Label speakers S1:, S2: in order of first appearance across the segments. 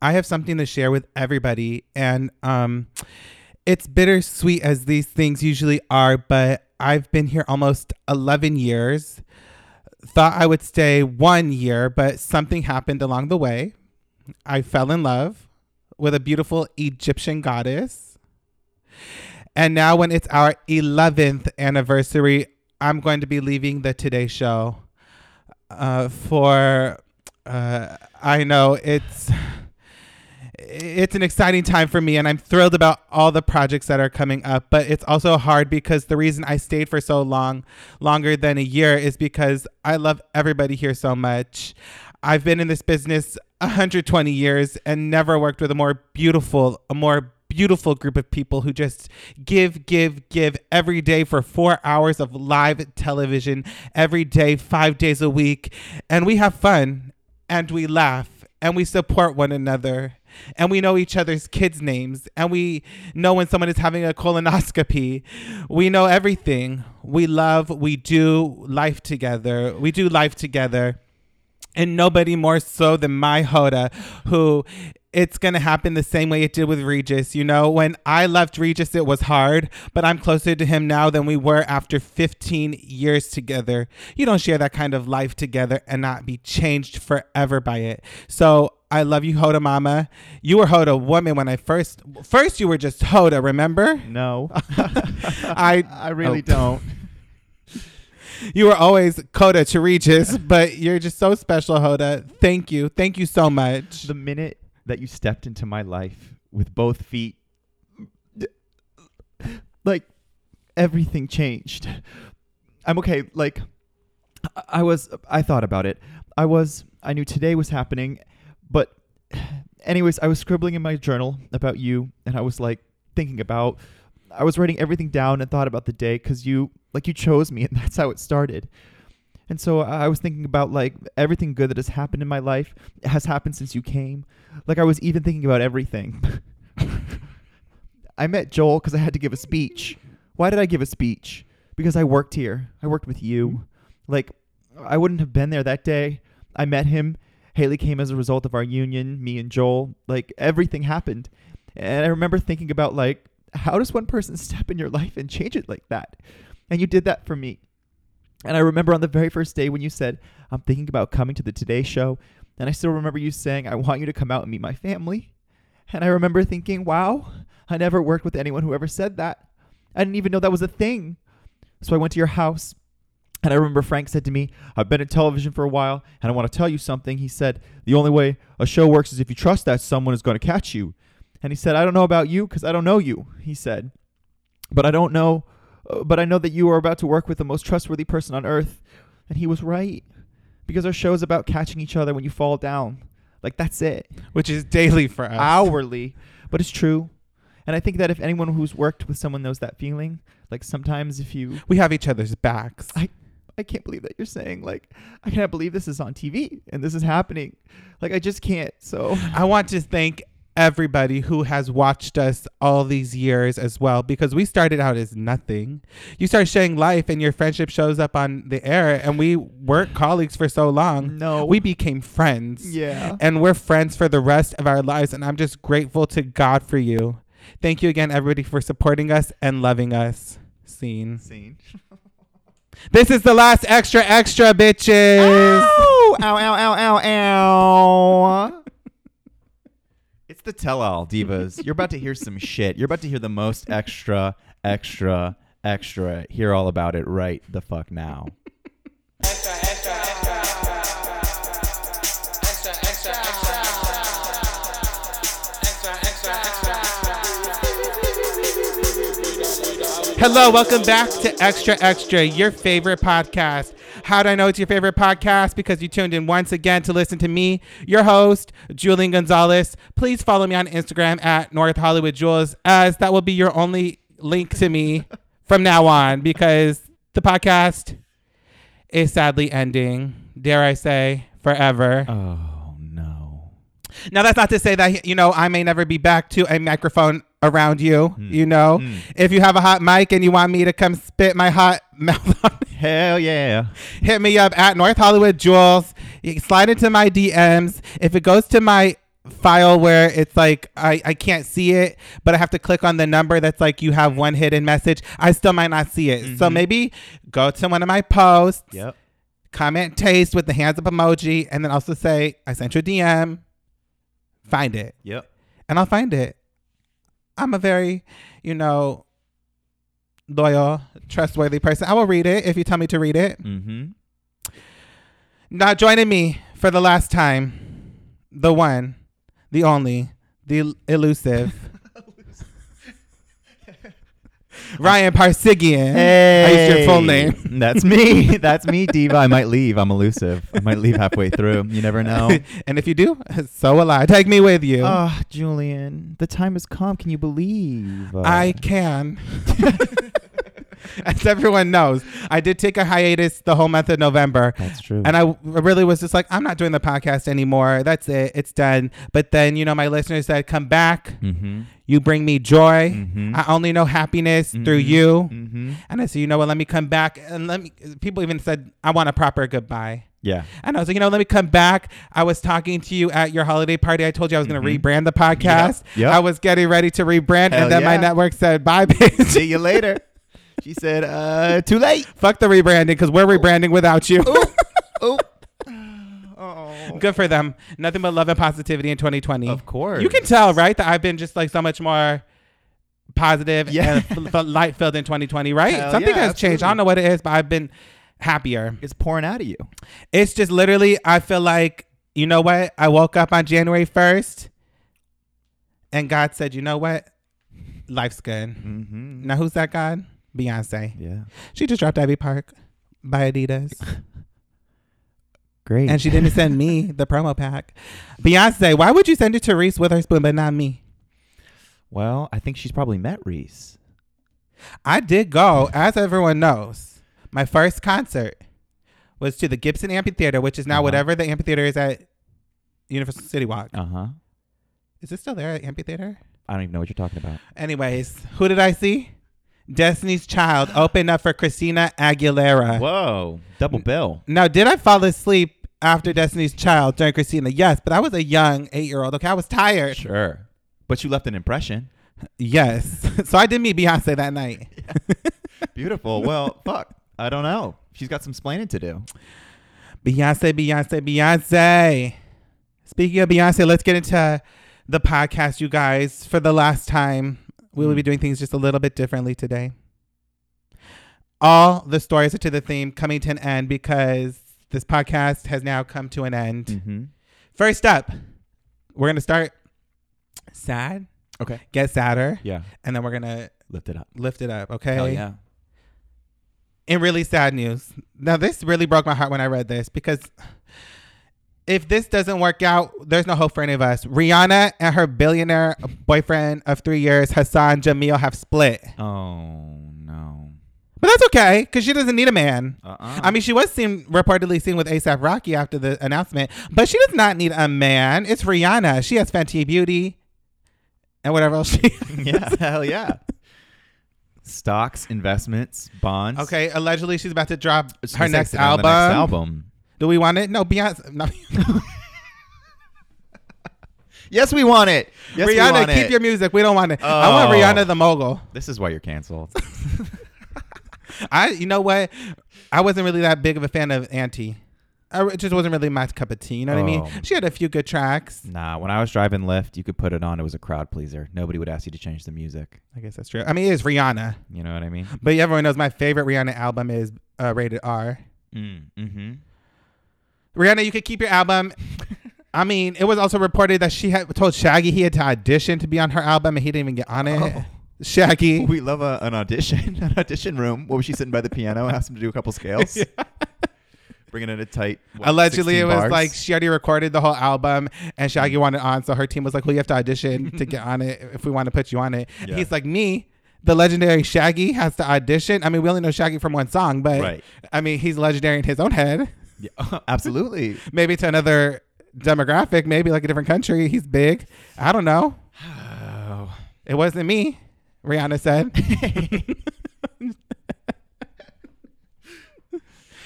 S1: I have something to share with everybody, and um, it's bittersweet as these things usually are. But I've been here almost eleven years. Thought I would stay one year, but something happened along the way. I fell in love with a beautiful Egyptian goddess. And now, when it's our 11th anniversary, I'm going to be leaving the Today Show uh, for. Uh, I know it's it's an exciting time for me and I'm thrilled about all the projects that are coming up, but it's also hard because the reason I stayed for so long, longer than a year is because I love everybody here so much. I've been in this business 120 years and never worked with a more beautiful, a more beautiful group of people who just give, give, give every day for four hours of live television, every day, five days a week. And we have fun and we laugh and we support one another and we know each other's kids' names and we know when someone is having a colonoscopy. We know everything. We love, we do life together. We do life together and nobody more so than my Hoda, who it's going to happen the same way it did with Regis. You know, when I left Regis, it was hard, but I'm closer to him now than we were after 15 years together. You don't share that kind of life together and not be changed forever by it. So I love you, Hoda Mama. You were Hoda woman when I first, first you were just Hoda, remember?
S2: No,
S1: I,
S2: I really
S1: oh.
S2: don't.
S1: You were always Coda to Regis, but you're just so special, Hoda. Thank you. Thank you so much.
S2: The minute that you stepped into my life with both feet, like everything changed. I'm okay. Like I- I was, I thought about it. I was, I knew today was happening, but anyways, I was scribbling in my journal about you, and I was like thinking about. I was writing everything down and thought about the day because you, like, you chose me, and that's how it started. And so I I was thinking about like everything good that has happened in my life has happened since you came. Like I was even thinking about everything. I met Joel because I had to give a speech. Why did I give a speech? Because I worked here. I worked with you. Like I wouldn't have been there that day. I met him. Haley came as a result of our union, me and Joel. Like everything happened. And I remember thinking about like how does one person step in your life and change it like that? And you did that for me. And I remember on the very first day when you said, I'm thinking about coming to the Today Show. And I still remember you saying, I want you to come out and meet my family. And I remember thinking, wow, I never worked with anyone who ever said that. I didn't even know that was a thing. So I went to your house. And I remember Frank said to me, I've been in television for a while and I want to tell you something. He said, The only way a show works is if you trust that someone is going to catch you. And he said, I don't know about you because I don't know you, he said. But I don't know uh, but I know that you are about to work with the most trustworthy person on earth. And he was right. Because our show is about catching each other when you fall down. Like, that's it.
S1: Which is daily for us.
S2: Hourly. But it's true. And I think that if anyone who's worked with someone knows that feeling, like, sometimes if you.
S1: We have each other's backs.
S2: I, I can't believe that you're saying, like, I can't believe this is on TV and this is happening. Like, I just can't. So.
S1: I want to thank everybody who has watched us all these years as well because we started out as nothing. You start sharing life and your friendship shows up on the air and we weren't colleagues for so long.
S2: No.
S1: We became friends.
S2: Yeah.
S1: And we're friends for the rest of our lives and I'm just grateful to God for you. Thank you again everybody for supporting us and loving us. Scene.
S2: Scene.
S1: This is the last extra extra bitches.
S2: Ah! Ow! Ow, ow, ow, ow, ow. it's the tell all, divas. You're about to hear some shit. You're about to hear the most extra, extra, extra. Hear all about it right the fuck now.
S1: Hello, welcome back to Extra Extra, your favorite podcast. How do I know it's your favorite podcast? Because you tuned in once again to listen to me, your host, Julian Gonzalez. Please follow me on Instagram at North Hollywood Jules, as that will be your only link to me from now on because the podcast is sadly ending, dare I say, forever.
S2: Oh no.
S1: Now that's not to say that you know I may never be back to a microphone around you. You know, if you have a hot mic and you want me to come spit my hot mouth on, it,
S2: Hell yeah.
S1: hit me up at North Hollywood Jewels. Slide into my DMs. If it goes to my file where it's like I, I can't see it, but I have to click on the number that's like you have one hidden message. I still might not see it. So
S2: Mhm.
S1: maybe go to one of my posts,
S2: Yep.
S1: comment taste with the hands up emoji, and then also say, I sent you a DM. Find it.
S2: Yep.
S1: And I'll find it. I'm a very, you know, loyal, trustworthy person. I will read it if you tell me to read it.
S2: Mm-hmm.
S1: Now joining me for the last time, the one, the only, the elusive, Ryan Parsigian. I used your full name.
S2: That's me. That's me, Diva. I might leave. I'm elusive. I might leave halfway through. You never know.
S1: and if you do, so will I. Take me with you.
S2: Ah, Julian, the time has come. Can you believe? Uh,
S1: I can. As everyone knows, I did take a hiatus the whole month of November.
S2: That's true.
S1: And I w- really was just like, I'm not doing the podcast anymore. That's it. It's done. But then, you know, my listeners said, come back.
S2: Mm-hmm.
S1: You bring me joy.
S2: Mhm.
S1: I only know happiness through
S2: Mhm.
S1: you.
S2: Mm-hmm.
S1: And I said, you know what? Let me come back. And let me, people even said, I want a proper goodbye.
S2: Yeah.
S1: And I was like, you know, let me come back. I was talking to you at your holiday party. I told you I was going to
S2: Mhm.
S1: rebrand the podcast.
S2: Yep.
S1: I was getting ready to rebrand.
S2: Hell
S1: and then my
S2: yeah.
S1: network said, bye, bitch.
S2: See you later. She said, uh, too late.
S1: Fuck the rebranding because we're rebranding without you.
S2: Oh. oh.
S1: Good for them. Nothing but love and positivity in 2020.
S2: Of course.
S1: You can tell, right? That I've been just like so much more positive
S2: Yeah.
S1: and f- light filled in 2020, right?
S2: Hell
S1: Something
S2: yeah,
S1: has changed. I don't
S2: absolutely.
S1: know what it is, but I've been happier.
S2: It's pouring out of you.
S1: It's just literally, I feel like, you know what? I woke up on January 1st and God said, you know what? Life's good.
S2: Mm-hmm.
S1: Now, who's that God? Beyonce.
S2: Yeah.
S1: She just dropped Ivy Park by Adidas.
S2: Great.
S1: and she didn't send me the promo pack. Beyonce, why would you send it to Reese with her spoon, but not me?
S2: well, I think she's probably met Reese.
S1: I did go, as everyone knows, my first concert was to the Gibson Amphitheater, which is now
S2: Uh-huh.
S1: whatever the amphitheater is at Universal City Walk.
S2: Uh huh.
S1: Is it still there, amphitheater?
S2: I don't even know what you're talking about.
S1: Anyways, who did I see? Destiny's Child opened up for Christina
S2: Uh,
S1: Aguilera.
S2: Whoa. Double bill.
S1: Now, did I fall asleep after Destiny's Child during Christina? Yes, but I was a young eight year old. Okay, I was tired.
S2: Sure. But you left an impression.
S1: Yes. so I did meet Beyonce that night.
S2: Beautiful. Well, fuck. I don't know. She's got some splaining to do.
S1: Beyonce, Beyonce, Beyonce. Speaking of Beyonce, let's get into the podcast, you guys. For the last time, we
S2: Mm.
S1: will be doing things just a little bit differently today. All the stories are to the theme coming to an end because this podcast has now come to an end.
S2: Mm-hmm.
S1: First up, we're going to start sad,
S2: Okay.
S1: get sadder,
S2: Yeah.
S1: and then we're going to
S2: Lift it up.
S1: lift it up, okay?
S2: Hell yeah.
S1: in really sad news. Now, this really broke my heart when I read this because if this doesn't work out, there's no hope for any of us. Rihanna and her billionaire boyfriend of three years, Hassan Jamil, have split.
S2: Oh no.
S1: But that's okay because she doesn't need a man.
S2: Uh-uh.
S1: I mean, she was seen reportedly seen with ASAP Rocky after the announcement, but she does not need a man. It's Rihanna. She has Fenty Beauty and whatever else she
S2: yeah, hell yeah. Stocks, investments, bonds.
S1: Okay, allegedly she's about to drop
S2: I was
S1: her
S2: gonna say,
S1: next
S2: sit down on
S1: album.
S2: the next album.
S1: Do we want it? No, Beyonce. No.
S2: Yes, we want it. Yes, we
S1: Rihanna,
S2: want
S1: keep
S2: it.
S1: your music. We don't want it. I want
S2: Oh.
S1: Rihanna the mogul.
S2: This is why you're canceled.
S1: I, you know what? I wasn't really that big of a fan of Auntie. I, it just wasn't really my cup of tea. You know what I mean?
S2: Oh.
S1: She had a few good tracks.
S2: nah, when I was driving Lyft, you could put it on. It was a crowd pleaser. Nobody would ask you to change the music.
S1: I guess that's true. I mean, it is Rihanna,
S2: You know what I mean?
S1: but everyone knows my favorite Rihanna album is uh, Rated R.
S2: Mm, mm-hmm.
S1: Rihanna, you could keep your album. I mean, it was also reported that she had told Shaggy he had to audition to be on her album, and he didn't even get on it.
S2: Oh.
S1: Shaggy.
S2: We love a, an audition, an audition room. What was she sitting by the piano? Asked him to do a couple scales. Bringing in a tight. what,
S1: Allegedly,
S2: 16
S1: it was
S2: bars? Mm.
S1: like she already recorded the whole album, and Shaggy wanted on, so her team was like, "Well, you have to audition to get on it if we want to put you on it." And
S2: Yeah.
S1: He's like, "Me, the legendary Shaggy, has to audition." I mean, we only know Shaggy from one song, but
S2: Right.
S1: I mean, he's legendary in his own head.
S2: Yeah, absolutely.
S1: Maybe to another demographic, maybe like a different country. He's big. I don't know.
S2: Oh.
S1: It wasn't me, Rihanna said.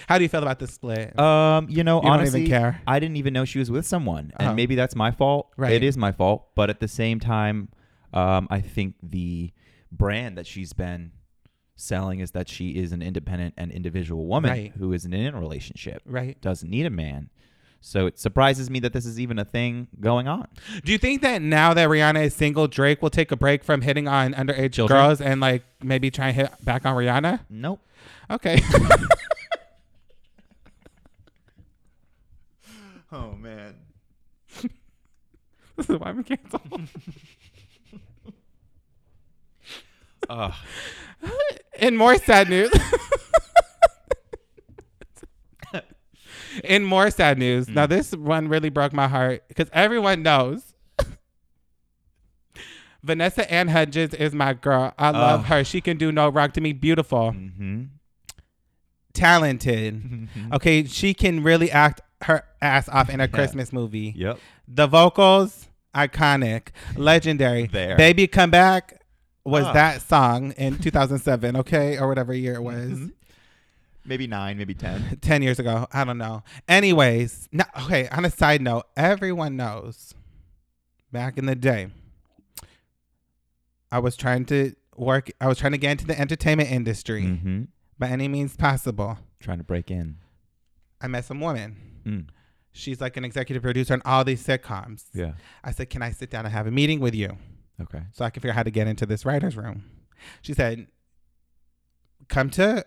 S1: How do you feel about the split?
S2: Um, you know,
S1: you
S2: honestly,
S1: don't even care.
S2: I didn't even know she was with someone,
S1: Uh-huh.
S2: and maybe that's my fault.
S1: Right.
S2: it is my fault. But at the same time, um, I think the brand that she's been selling is that she is an independent and individual woman
S1: Right.
S2: who isn't in a relationship,
S1: Right.
S2: doesn't need a man. So it surprises me that this is even a thing going on.
S1: Do you think that now that Rihanna is single, Drake will take a break from hitting on underage
S2: Children?
S1: girls and like maybe try and hit back on Rihanna?
S2: Nope.
S1: Okay.
S2: Oh man.
S1: this is why we canceled.
S2: Ugh.
S1: In more sad news. In more sad news.
S2: Hmm.
S1: Now this one really broke my heart because everyone knows. Vanessa Ann Hudgens is my girl. I love
S2: Ugh.
S1: her. She can do no wrong to me. Beautiful,
S2: mm-hmm.
S1: talented. Okay, she can really act her ass off in a Christmas movie.
S2: Yep.
S1: The vocals, iconic, legendary.
S2: There.
S1: Baby Come Back was
S2: Ah.
S1: that song in 2007, okay? Or whatever year it
S2: Mm-hmm.
S1: was.
S2: Maybe nine, maybe ten.
S1: 10 years ago. I don't know. Anyways, no, okay, on a side note, everyone knows back in the day, I was trying to work, I was trying to get into the entertainment industry
S2: mm-hmm.
S1: by any means possible.
S2: Trying to break in.
S1: I met some woman.
S2: Mm.
S1: She's like an executive producer on all these sitcoms.
S2: Yeah.
S1: I said, Can I sit down and have a meeting with you?
S2: Okay.
S1: so I can figure out how to get into this writer's room. She said, Come to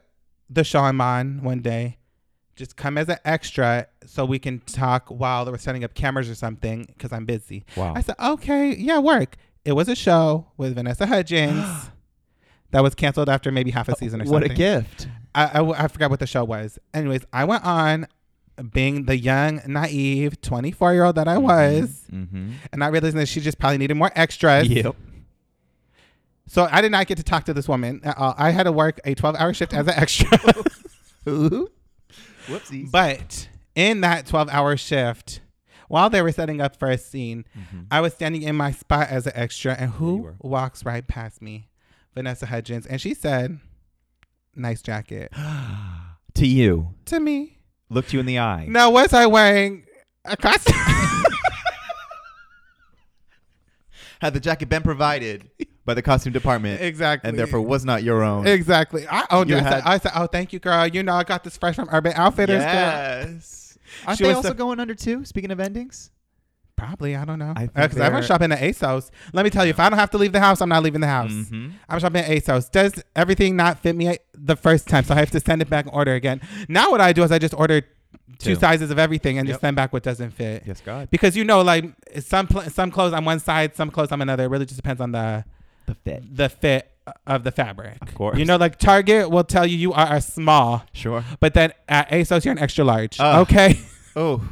S1: the show I'm on one day. Just come as an extra so we can talk while they were setting up cameras or something because I'm busy.
S2: Wow.
S1: I said, Okay, yeah, work. It was a show with Vanessa Hudgens that was canceled after maybe half a season or
S2: Uh, Oh, what
S1: something.
S2: a gift.
S1: I, I, I forgot what the show was. Anyways, I went on being the young, naive 24 year old that I was
S2: Mm-hmm.
S1: and not realizing that she just probably needed more extras. So I did not get to talk to this woman at all. I had to work a 12 hour shift as an extra.
S2: Whoopsies.
S1: but in that 12 hour shift, while they were setting up for a scene, I was standing in my spot as an extra, and
S2: you
S1: who
S2: were.
S1: walks right past me? Vanessa Hudgens. And she said, Nice jacket
S2: to you,
S1: to me.
S2: looked you in the eye.
S1: Now, was I wearing a costume?
S2: Had the jacket been provided by the costume department
S1: exactly.
S2: and therefore was not your own?
S1: Exactly. I owned
S2: You
S1: it. I,
S2: had-
S1: said, I said, Oh, thank you, girl. You know, I got this fresh from Urban Outfitters. Girl.
S2: Yes. Aren't
S1: She
S2: they
S1: was
S2: also
S1: the-
S2: going under too? Speaking of endings,
S1: Probably, I don't know.
S2: I think
S1: Because I
S2: they're-
S1: went shopping at ASOS. Let me tell you, if I don't have to leave the house, I'm not leaving the house.
S2: Mm-hmm.
S1: I'm shopping at ASOS. Does everything not fit me the first time? So I have to send it back and order again. Now what I do is I just order two,
S2: Two.
S1: sizes of everything and
S2: Yep.
S1: just send back what doesn't fit.
S2: yes, God,
S1: Because you know, like some pl- some clothes on one side, some clothes on another. It really just depends on the
S2: the fit.
S1: the fit of the fabric.
S2: Of course.
S1: You know, like Target will tell you you are a small,
S2: Sure.
S1: but then at ASOS you're an extra large.
S2: Ugh.
S1: Okay.
S2: Oh,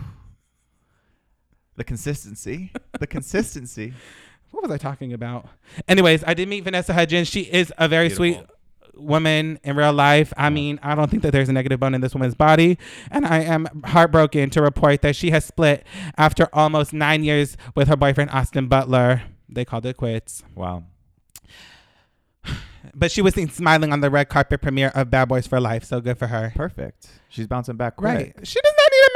S2: the consistency. The consistency.
S1: what was I talking about? Anyways, I did meet Vanessa Hudgens. She is a very
S2: Beautiful.
S1: sweet woman in real life. I mean, I don't think that there's a negative bone in this woman's body. And I am heartbroken to report that she has split after almost nine years with her boyfriend, Austin Butler. They called it quits.
S2: Wow.
S1: But she was seen smiling on the red carpet premiere of Bad Boys for Life. So good for her.
S2: Perfect. She's bouncing back
S1: Right.
S2: quick.
S1: She does not need a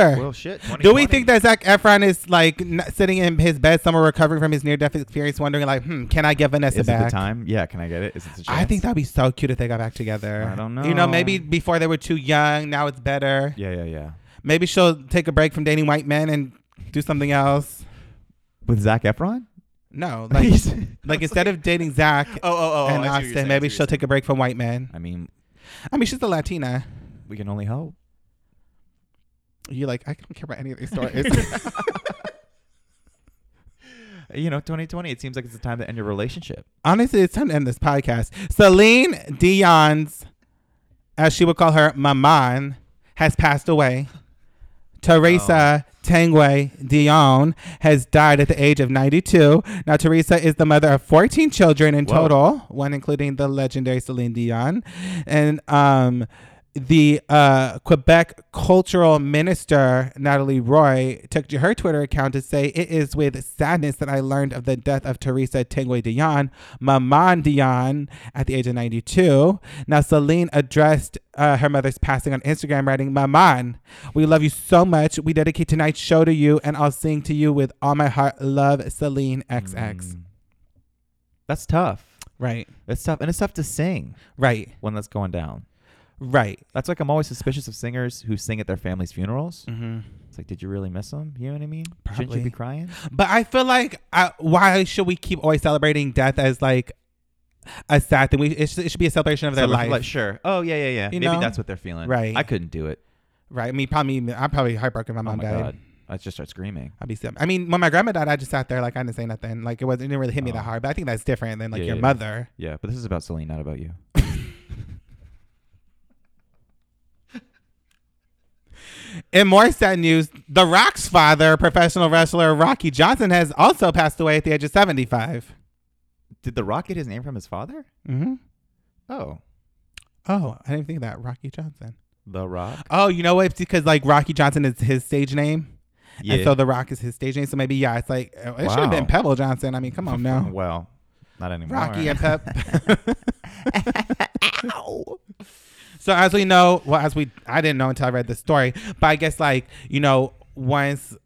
S1: man either.
S2: Well, shit.
S1: Do we
S2: 2020.
S1: think that Zach Efron is like n- sitting in his bed somewhere recovering from his near death experience, wondering, like, hmm, can I get Vanessa
S2: is it
S1: back?
S2: the time? Yeah. Can I get it? Is it the chance?
S1: I think that'd be so cute if they got back together.
S2: I don't
S1: You know, maybe
S2: know.
S1: before they were too young, now it's better.
S2: Yeah, yeah, yeah.
S1: Maybe she'll take a break from dating white men and do something else.
S2: With Zach Efron?
S1: No, like like instead of dating Zach
S2: Oh, oh, oh.
S1: and Austin, maybe she'll take a break from white men.
S2: I mean,
S1: I mean, she's a Latina.
S2: we can only hope.
S1: You're like, I don't care about any of these stories.
S2: You know, 2020. It seems like it's the time to end your relationship.
S1: Honestly, it's time to end this podcast. Celine Dion's, as she would call her, Maman, has passed away. Teresa Tangwe Dion has died at the age of 92. Now, Teresa is the mother of 14 children in
S2: Whoa.
S1: total, one including the legendary Celine Dion. And um, the uh, Quebec cultural minister, Natalie Roy, took to her Twitter account to say, It is with sadness that I learned of the death of Teresa Tengue Dion, Maman Dion, at the age of 92. Now, Celine addressed uh, her mother's passing on Instagram, writing, Maman, we love you so much. We dedicate tonight's show to you, and I'll sing to you with all my heart. Love, Celine XX.
S2: Mm. That's tough.
S1: Right,
S2: That's tough, and it's tough to sing
S1: right,
S2: when that's going down.
S1: right.
S2: That's like I'm always suspicious of singers who sing at their family's funerals.
S1: Mm-hmm.
S2: It's like, did you really miss them? You know what I mean? Shouldn't
S1: Probably.
S2: you be crying?
S1: But I feel like I, why should we keep always celebrating death as like a sad thing? We it, should- it should be a celebration of their
S2: Someone
S1: life,
S2: from, like, sure. Oh yeah, yeah, yeah.
S1: You
S2: Maybe
S1: know?
S2: that's what they're feeling.
S1: Right.
S2: I couldn't do it.
S1: right? I mean, probably I'm probably heartbroken. My
S2: oh
S1: mom
S2: my
S1: died.
S2: god. I just start screaming.
S1: I'd be sad. I mean, when my grandma died, I just sat there like I didn't say nothing. Like it wasn't it didn't really hit me
S2: Oh.
S1: that hard. But I think that's different than like
S2: Yeah,
S1: your
S2: yeah, yeah.
S1: mother.
S2: Yeah, but this is about Celine, not about you.
S1: In more sad news, The Rock's father, professional wrestler Rocky Johnson, has also passed away at the age of 75.
S2: Did The Rock get his name from his father?
S1: hmm
S2: Oh,
S1: Oh, I didn't think of that. Rocky Johnson.
S2: The Rock.
S1: Oh, you know what? It's because like Rocky Johnson is his stage name.
S2: Yeah.
S1: And so The Rock is his stage name. So maybe, yeah, it's like, uh, it should have been
S2: Wow.
S1: Pebble Johnson. I mean, come on now.
S2: well, not anymore.
S1: Rocky and Pep. So as we know, well, as we, I didn't know until I read the story, but I guess like, you know, once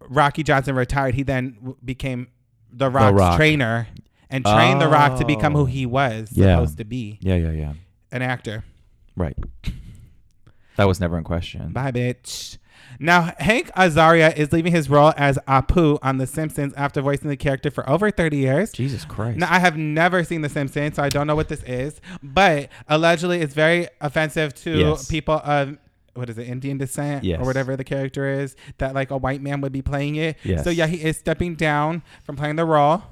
S1: Rocky Johnson retired, he then w- became The Rock's
S2: Rock.
S1: trainer and trained The Rock to become who
S2: Oh.
S1: he was
S2: Yeah.
S1: supposed to be
S2: Yeah, yeah, yeah.
S1: an actor.
S2: Right. That was never in question.
S1: Bye, bitch. Now, Hank Azaria is leaving his role as Apu on The Simpsons after voicing the character for over 30 years.
S2: Jesus Christ.
S1: Now, I have never seen The Simpsons, so I don't know what this is, but allegedly it's very offensive to
S2: Yes.
S1: people of what is it, Indian descent
S2: Yes.
S1: or whatever the character is, that like a white man would be playing it.
S2: Yes.
S1: So, yeah, he is stepping down from playing the role.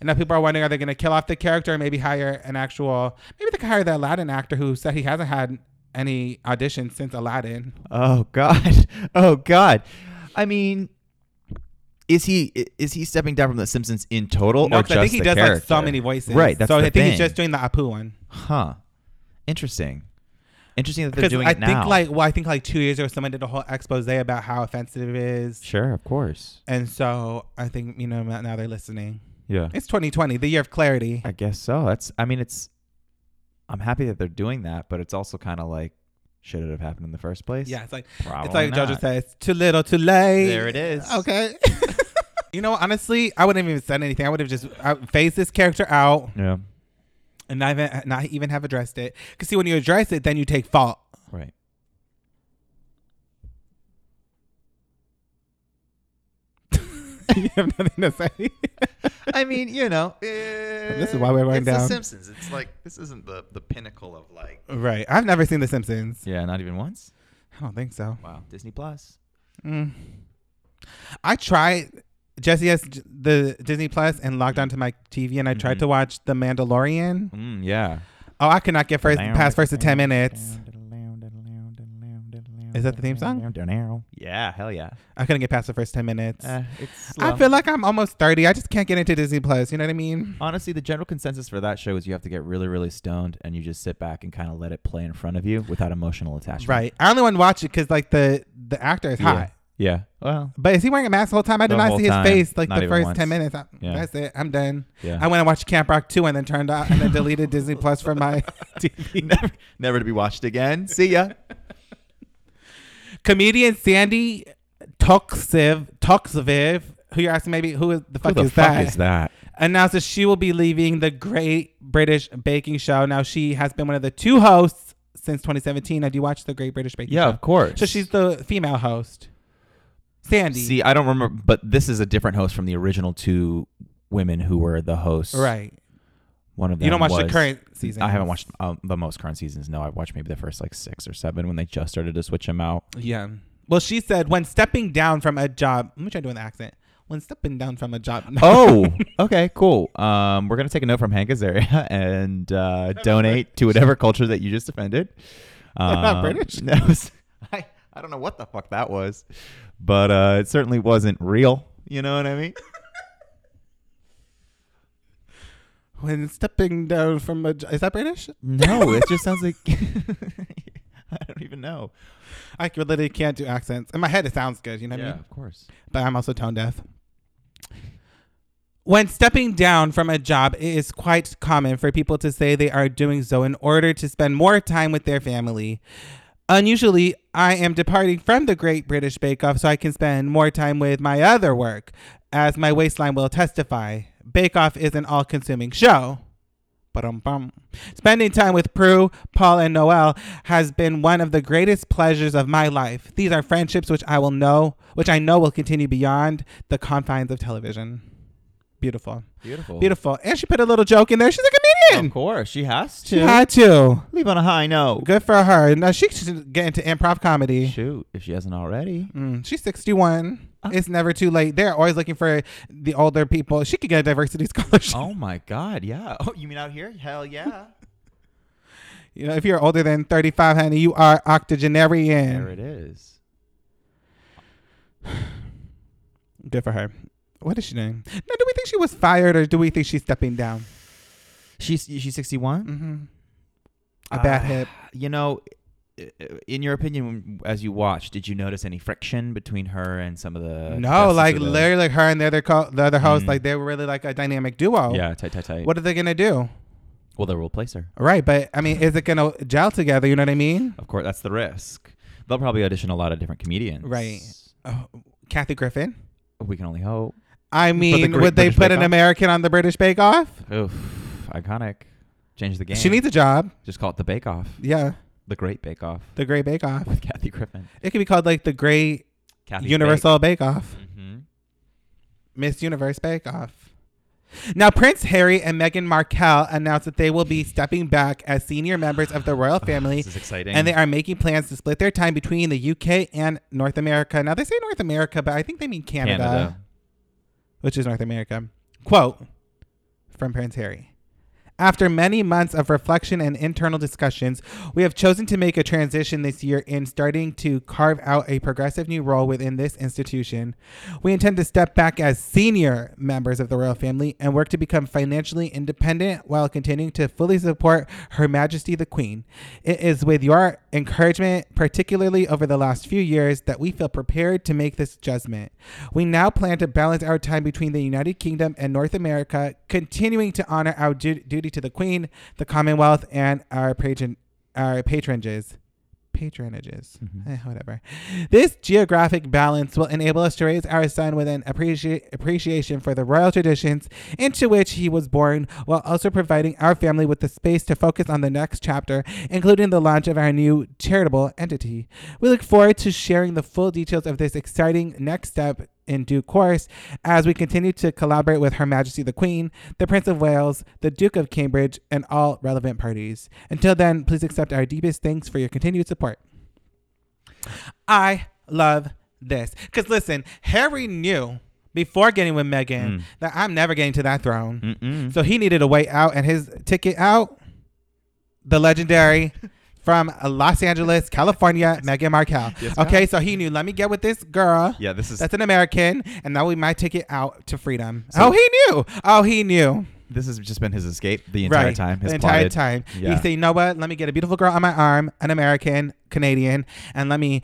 S1: And now people are wondering are they going to kill off the character or maybe hire an actual, maybe they could hire the Aladdin actor who said he hasn't had any auditions since Aladdin.
S2: Oh God. Oh God. I mean, is he i- is he stepping down from The Simpsons in total,
S1: No,
S2: Oh, or
S1: 'cause
S2: just
S1: I think he
S2: the
S1: does
S2: character?
S1: like so many voices.
S2: Right, that's
S1: so I
S2: the
S1: think he's
S2: thing.
S1: just doing the Apu one.
S2: Huh. Interesting. Interesting that they're
S1: Because
S2: doing
S1: I
S2: it
S1: think
S2: now.
S1: like well, I think like two years ago, someone did a whole expose about how offensive it is,
S2: sure, of course.
S1: and so I think you know now they're listening.
S2: Yeah.
S1: It's 2020, the year of clarity.
S2: I guess so. That's. I mean, it's. I'm happy that they're doing that, but it's also kind of like, should it have happened in the first place?
S1: Yeah, it's like
S2: Probably
S1: it's like JoJo
S2: not.
S1: says, too little, too late.
S2: There it is.
S1: Okay. you know, honestly, I wouldn't have even said anything. I would have just I phased this character out
S2: Yeah.
S1: and not even not even have addressed it. Because see, when you address it, then you take fault.
S2: Right.
S1: you have nothing to say.
S2: I mean, you know,
S1: is why we're going
S3: eh, it's
S1: down.
S3: The Simpsons. It's like this isn't the the pinnacle of like.
S1: right. I've never seen The Simpsons.
S2: Yeah, not even once.
S1: I don't think so.
S2: Wow. Disney Plus.
S1: Mm. I tried. Jesse has j- the Disney Plus and logged onto my TV, and I tried
S2: Mhm.
S1: to watch The Mandalorian.
S2: Mm, yeah.
S1: Oh, I could not get first past first to ten minutes.
S2: Is
S1: Is that the theme song?
S2: Yeah, hell yeah.
S1: I couldn't get past the first ten minutes.
S2: Uh, it's
S1: I
S2: slow.
S1: feel like I'm almost thirty. I just can't get into Disney Plus. You know what I mean?
S2: Honestly, the general consensus for that show is you have to get really, really stoned and you just sit back and kind of let it play in front of you without emotional attachment.
S1: Right. I only want to watch it because like the the actor is
S2: Yeah.
S1: hot.
S2: Yeah. Well,
S1: But is he wearing a mask the whole time? I did
S2: The
S1: not
S2: whole
S1: see his
S2: time.
S1: face like
S2: Not
S1: the
S2: even
S1: first
S2: once.
S1: ten minutes. I,
S2: Yeah.
S1: That's it. I'm done.
S2: yeah.
S1: I went and watched Camp Rock two and then turned off and then deleted Disney Plus from my
S2: never, never to be watched again. See ya.
S1: comedian Sandy Toxiv Toxiviv, who you're asking maybe who is the fuck,
S2: Who the
S1: is,
S2: fuck
S1: that,
S2: is that?
S1: announced that she will be leaving the Great British Baking Show. Now she has been one of the two hosts since 2017. Now do you watch the Great British Baking
S2: Yeah,
S1: Show?
S2: of course.
S1: So she's the female host, Sandy.
S2: See, I don't remember, but this is a different host from the original two women who were the hosts.
S1: right.
S2: One of them.
S1: You don't watch the
S2: was-
S1: current season.
S2: I haven't watched um, the most current seasons. No, I've watched maybe the first like six or seven when they just started to switch them out.
S1: Yeah. Well, she said when stepping down from a job. Let me try doing the accent. When stepping down from a job.
S2: Oh, okay, cool. Um, we're gonna take a note from Hank Azaria and uh, donate to whatever culture that you just offended. Um,
S1: not British.
S2: that was- I, I don't know what the fuck that was, but uh, it certainly wasn't real. You know what I mean?
S1: When stepping down from a j- is that British?
S2: No, it just sounds like I don't even know.
S1: I c- literally can't do accents. In my head, it sounds good. You know what I mean?
S2: of course.
S1: but I'm also tone deaf. When stepping down from a job, it is quite common for people to say they are doing so in order to spend more time with their family. Unusually, I am departing from the Great British Bake Off so I can spend more time with my other work, as my waistline will testify. Bake Off is an all consuming show. Ba-dum-bum. Spending time with Prue, Paul, and Noel has been one of the greatest pleasures of my life. These are friendships which I will know, which I know will continue beyond the confines of television. Beautiful,
S2: Beautiful.
S1: beautiful. And she put a little joke in there. She's a
S2: Of
S1: comedian.
S2: course, she has to.
S1: She had to.
S2: Leave on a high note.
S1: Good for her. Now she should get into improv comedy.
S2: Shoot, if she Oh. hasn't already.
S1: Mm, she's 61. It's never too late. They're always looking for the older people. She could get a diversity scholarship.
S2: Oh my God, yeah. Oh, you mean out here? Hell yeah.
S1: You know, if you're older than 35, honey, you are octogenarian.
S2: there it is.
S1: Good for her. What is she doing? Now, do we think she was fired or do we think she's stepping down?
S2: She's she's sixty one.
S1: Mm-hmm. A
S2: Ah,
S1: bad hip.
S2: You know, i- i- in your opinion, as you watched, did you notice any friction between her and some of the
S1: no,
S2: contestants
S1: like
S2: or the-
S1: literally, like her and the other co- the other host,
S2: Mm.
S1: like they were really like a dynamic duo.
S2: Yeah, tight, tight, tight.
S1: What are they gonna do?
S2: Well, they'll replace her.
S1: Right, but I mean, is it gonna gel together? You know what I mean?
S2: Of course, that's the risk. They'll probably audition a lot of different comedians.
S1: Right.
S2: Uh,
S1: Oh, Kathy Griffin.
S2: We can only hope.
S1: I mean,
S2: Great
S1: would they
S2: British
S1: put an
S2: Bake Off?
S1: American on the British Bake Off?
S2: Oof, iconic. Change the game.
S1: She needs a job.
S2: Just call it the Bake Off,
S1: Yeah,
S2: the Great Bake Off
S1: the Great Bake Off.
S2: with Kathy Griffin.
S1: It could be called like the Great
S2: Kathy
S1: Universal Bake Off.
S2: Mm-hmm.
S1: Miss Universe Bake Off. Now, Prince Harry and Meghan Markle announced that they will be stepping back as senior members of the royal family,
S2: Mm-hmm. This is exciting.
S1: and they are making plans to split their time between the UK and North America. Now, they say North America, but I think they mean Canada,
S2: Canada.
S1: which is North America. Quote from Prince Harry. After many months of reflection and internal discussions, we have chosen to make a transition this year in starting to carve out a progressive new role within this institution. We intend to step back as senior members of the royal family and work to become financially independent while continuing to fully support Her Majesty the Queen. It is with your encouragement, particularly over the last few years, that we feel prepared to make this judgment. We now plan to balance our time between the United Kingdom and North America, continuing to honor our du- duty to the Queen, the Commonwealth, and our patron our patronages. Patronages. Eh, whatever. This geographic balance will enable us to raise our son with an appreci- appreciation for the royal traditions into which he was born, while also providing our family with the space to focus on the next chapter, including the launch of our new charitable entity. We look forward to sharing the full details of this exciting next step in due course as we continue to collaborate with Her Majesty the Queen, the Prince of Wales, the Duke of Cambridge, and all relevant parties. Until then, please accept our deepest thanks for your continued support. I love this. Because listen, Harry knew before getting with Meghan
S2: Mm. Mm-hmm.
S1: that I'm never getting to that throne.
S2: Mm-mm.
S1: Mm-hmm. So he needed a way out, and his ticket out, the legendary from Los Angeles, California, Meghan Markle.
S2: Yes, ma'am.
S1: okay, so he knew, let me get with this girl.
S2: yeah, this is
S1: That's an American, and that will be my ticket out to freedom.
S2: So-
S1: oh, he knew. Oh, he knew.
S2: this has just been his escape the entire
S1: right.
S2: time. His
S1: the entire
S2: plotted-
S1: time.
S2: Yeah.
S1: He said, you know what? Let me get a beautiful girl on my arm, an American, Canadian, and let me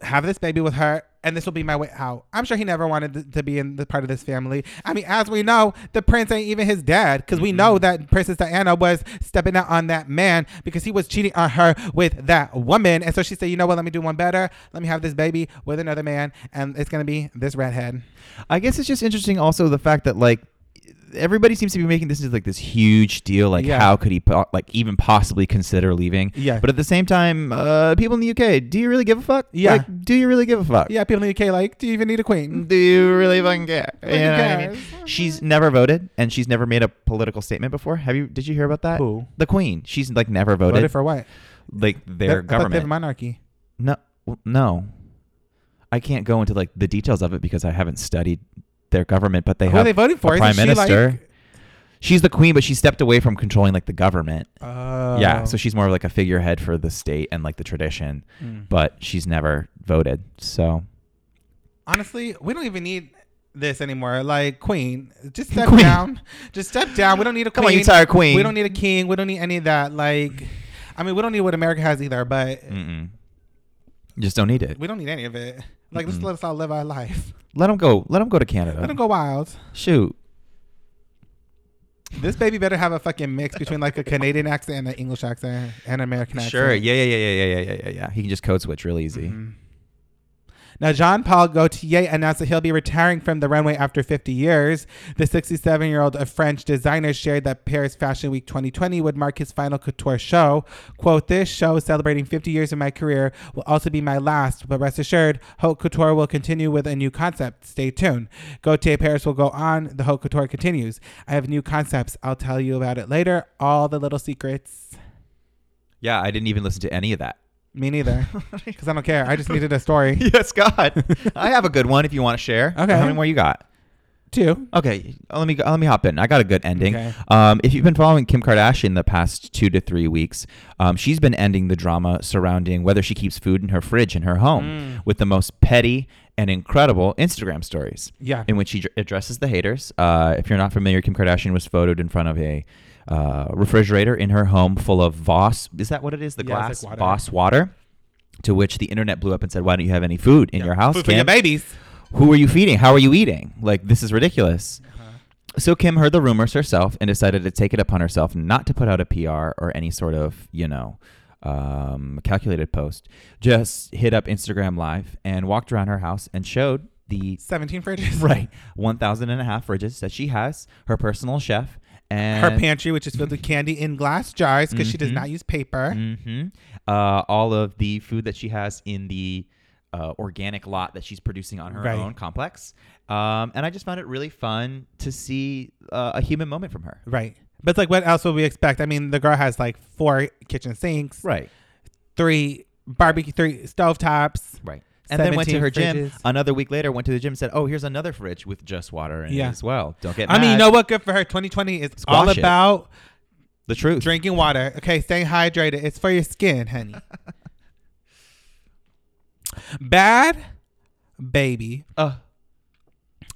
S1: have this baby with her. And this will be my way out. I'm sure he never wanted th- to be in the part of this family. I mean, as we know, the prince ain't even his dad because we know that Princess Diana was stepping out on that man because he was cheating on her with that woman. And so she said, you know what? Let me do one better. Let me have this baby with another man, and it's gonna be this redhead.
S2: I guess it's just interesting also the fact that like everybody seems to be making this into like this huge deal like
S1: Yeah.
S2: how could he po- like even possibly consider leaving
S1: Yeah.
S2: but at the same time uh people in the UK do you really give a fuck
S1: Yeah.
S2: like, do you really give a fuck
S1: Yeah, people in the UK like, do you even need a queen?
S2: do you really fucking care You
S1: Who
S2: know what Mm, I mean?
S1: cares?
S2: she's never voted and she's never made a political statement before have you did you hear about that
S1: Who?
S2: the queen she's like never voted,
S1: voted, for what?
S2: like
S1: They- I
S2: their
S1: thought They have
S2: government
S1: a monarchy.
S2: No, w- no. I can't go into like the details of it because I haven't studied their government, but they
S1: Who are
S2: have
S1: they voting for?
S2: a
S1: Isn't
S2: prime
S1: she,
S2: minister.
S1: like-
S2: She's the queen, but she stepped away from controlling like the government.
S1: Oh.
S2: Yeah, so she's more of like a figurehead for the state and like the tradition,
S1: Mm.
S2: but she's never voted. So
S1: honestly, we don't even need this anymore. Like queen, just step
S2: Queen.
S1: down. Just step down. We don't need a
S2: Come
S1: queen.
S2: on, you tired queen.
S1: We don't need a king. We don't need any of that. Like, I mean, we don't need what America has either. But
S2: Mm-mm. You just don't need it.
S1: we don't need any of it. Like, just
S2: Mm-mm.
S1: let us all live our life.
S2: Let them go. Let them go to Canada.
S1: Let them go wild.
S2: Shoot.
S1: This baby better have a fucking mix between like a Canadian accent and an English accent and an American accent.
S2: Sure. Yeah, yeah, yeah, yeah, yeah, yeah, yeah, yeah. He can just code switch real easy.
S1: Mhm. Now, Jean Paul Gaultier announced that he'll be retiring from the runway after 50 years. The 67 year old French designer shared that Paris Fashion Week 2020 would mark his final couture show. Quote, This show celebrating 50 years of my career will also be my last, but rest assured, Haute Couture will continue with a new concept. Stay tuned. Gaultier Paris will go on. The Haute Couture continues. I have new concepts. I'll tell you about it later. All the little secrets.
S2: Yeah, I didn't even listen to any of that.
S1: Me neither, because I don't care. I just needed a story.
S2: yes, God. I have a good one if you want to share.
S1: Okay.
S2: How many more you got?
S1: Two.
S2: Okay, uh, let me let me hop in. I got a good ending.
S1: Okay.
S2: Um, if you've been following Kim Kardashian the past two to three weeks, um, she's been ending the drama surrounding whether she keeps food in her fridge in her home
S1: Mm.
S2: with the most petty and incredible Instagram stories.
S1: Yeah.
S2: in which she dr- addresses the haters. Uh, if you're not familiar, Kim Kardashian was photoed in front of a uh, refrigerator in her home full of Voss. Is that what it is? The
S1: Yeah,
S2: glass
S1: it's like water.
S2: Voss water. To which the internet blew up and said, "Why don't you have any food in your house,
S1: Food for your
S2: Kim?
S1: babies.
S2: Who are you feeding? How are you eating? Like this is ridiculous."
S1: Uh-huh.
S2: So Kim heard the rumors herself and decided to take it upon herself not to put out a PR or any sort of, you know, um, calculated post. Just hit up Instagram Live and walked around her house and showed the
S1: 17 fridges.
S2: Right. 1,000 and a half fridges that she has, her personal chef, and
S1: Her pantry, which is filled with candy in glass jars because she does
S2: Mhm.
S1: not use paper.
S2: hmm Uh, all of the food that she has in the uh, organic lot that she's producing on her
S1: Right.
S2: own complex. Um, and I just found it really fun to see uh, a human moment from her.
S1: Right. But it's like, what else would we expect? I mean, the girl has like four kitchen sinks,
S2: Right.
S1: three barbecue, three stovetops.
S2: Right. And then went to
S1: 17
S2: her gym
S1: fridges.
S2: another week later, went to the gym and said, Oh, here's another fridge with just water in
S1: Yeah.
S2: it as well. Don't get
S1: I mean, you
S2: mad.
S1: know what? Good for her. 2020 is all
S2: Squash it.
S1: about
S2: the truth.
S1: drinking water. Okay, stay hydrated. It's for your skin, honey. Bad baby
S2: Uh,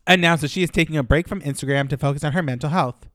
S1: announced that she is taking a break from Instagram to focus on her mental health.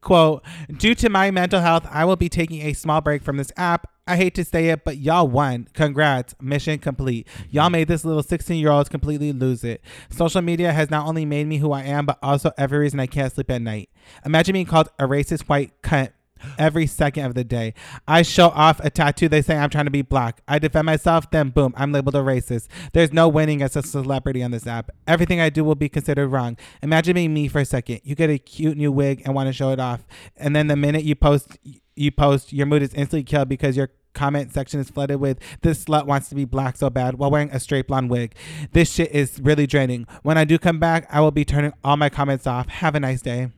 S1: Quote, due to my mental health, I will be taking a small break from this app. I hate to say it, but y'all won. Congrats. Mission complete. Y'all made this little 16 year old completely lose it. Social media has not only made me who I am, but also every reason I can't sleep at night. Imagine being called a racist white cunt every second of the day. I show off a tattoo. They say I'm trying to be black. I defend myself. Then boom, I'm labeled a racist. There's no winning as a celebrity on this app. Everything I do will be considered wrong. Imagine being me for a second. You get a cute new wig and want to show it off, and then the minute you post, you post, your mood is instantly killed because your comment section is flooded with this slut wants to be black so bad while wearing a straight blonde wig. This shit is really draining. When I do come back, I will be turning all my comments off. Have a nice day.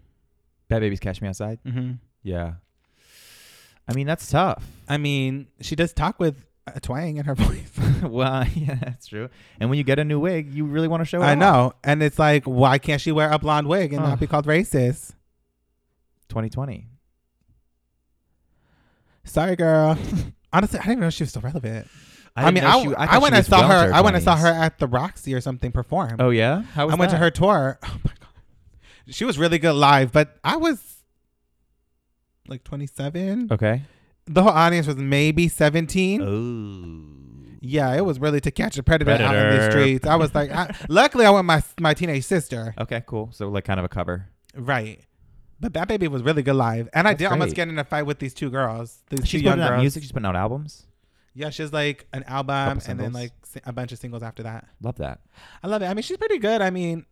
S2: Bad Babies Catch Me Outside?
S1: hmm
S2: Yeah. I mean, that's tough.
S1: I mean, she does talk with a twang in her voice.
S2: well, yeah, that's true. And when you get a new wig, you really want to show it
S1: I
S2: off.
S1: know. And it's like, why can't she wear a blonde wig and
S2: Ugh.
S1: not be called racist?
S2: 2020.
S1: Sorry, girl. Honestly, I didn't even know she was so relevant. I,
S2: didn't
S1: mean,
S2: know
S1: I,
S2: she-
S1: I, went
S2: thought she
S1: and
S2: was
S1: saw
S2: well into
S1: her. I went and saw her
S2: 20s.
S1: at the Roxy or something perform.
S2: Oh yeah, how
S1: I
S2: was
S1: went to
S2: that?
S1: her tour. Oh my god, she was really good live, but I was like 27.
S2: Okay.
S1: The whole audience was maybe 17.
S2: Oh.
S1: Yeah, it was really to catch a predator, out in the
S2: Predator.
S1: streets. I was like, I, luckily I went with my my teenage sister.
S2: Okay, cool. So like kind of a cover.
S1: Right. But Bad Baby was really good live. And I
S2: That's
S1: did almost
S2: great.
S1: get in a fight with these two girls. These
S2: She's
S1: two young
S2: putting out
S1: girls.
S2: music. She's putting out albums.
S1: Yeah, she's like an album and then
S2: singles.
S1: like si- a bunch of singles after that.
S2: Love that.
S1: I love it. I mean, she's pretty good. I mean,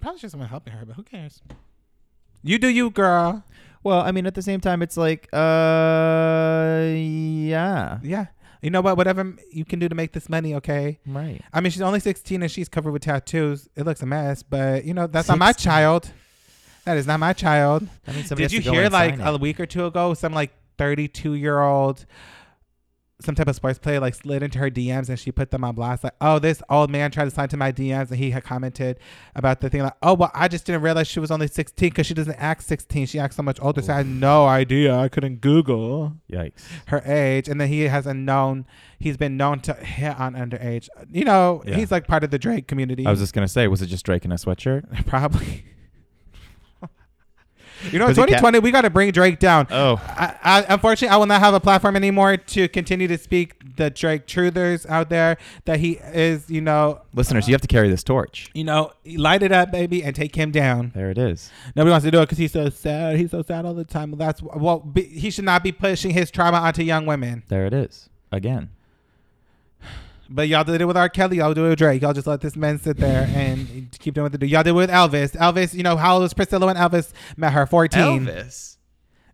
S1: probably just someone helping her, but who cares? You do you, girl.
S2: Well, I mean, at the same time, it's like, uh, yeah,
S1: Yeah. You know what? Whatever m- you can do to make this money, okay?
S2: right.
S1: I mean, she's only 16 and she's covered with tattoos. It looks a mess, but you know, that's not my
S2: 16.
S1: child. That is not my child.
S2: I mean,
S1: Did you hear like a week or two ago some like 32 year old some type of sports player like slid into her DMs and she put them on blast like, oh, this old man tried to slide to my DMs and he had commented about the thing like, oh, well, I just didn't realize she was only 16 because she doesn't act 16. She acts so much older. So I had no idea. I couldn't Google
S2: Yikes.
S1: her age. And then he has a known, he's been known to hit on underage. You know,
S2: Yeah.
S1: he's like part of the Drake community.
S2: I was just gonna say, was it just Drake in a sweatshirt?
S1: probably. you know, in
S4: Was he cat-
S1: 2020, we got to bring Drake down.
S2: Oh,
S1: I, I, unfortunately, I will not have a platform anymore to continue to speak the Drake truthers out there that he is, you know,
S2: listeners, you have to carry this torch.
S1: you know, light it up, baby, and take him down.
S2: There it is.
S1: Nobody wants to do it because he's so sad. He's so sad all the time. That's well, be, he should not be pushing his trauma onto young women.
S2: There it is. Again.
S1: But y'all did it with R. Kelly. Y'all do it with Drake. Y'all just let this man sit there and keep doing what they do. Y'all did it with Elvis. Elvis, you know, how old was Priscilla when Elvis met her? 14. Elvis,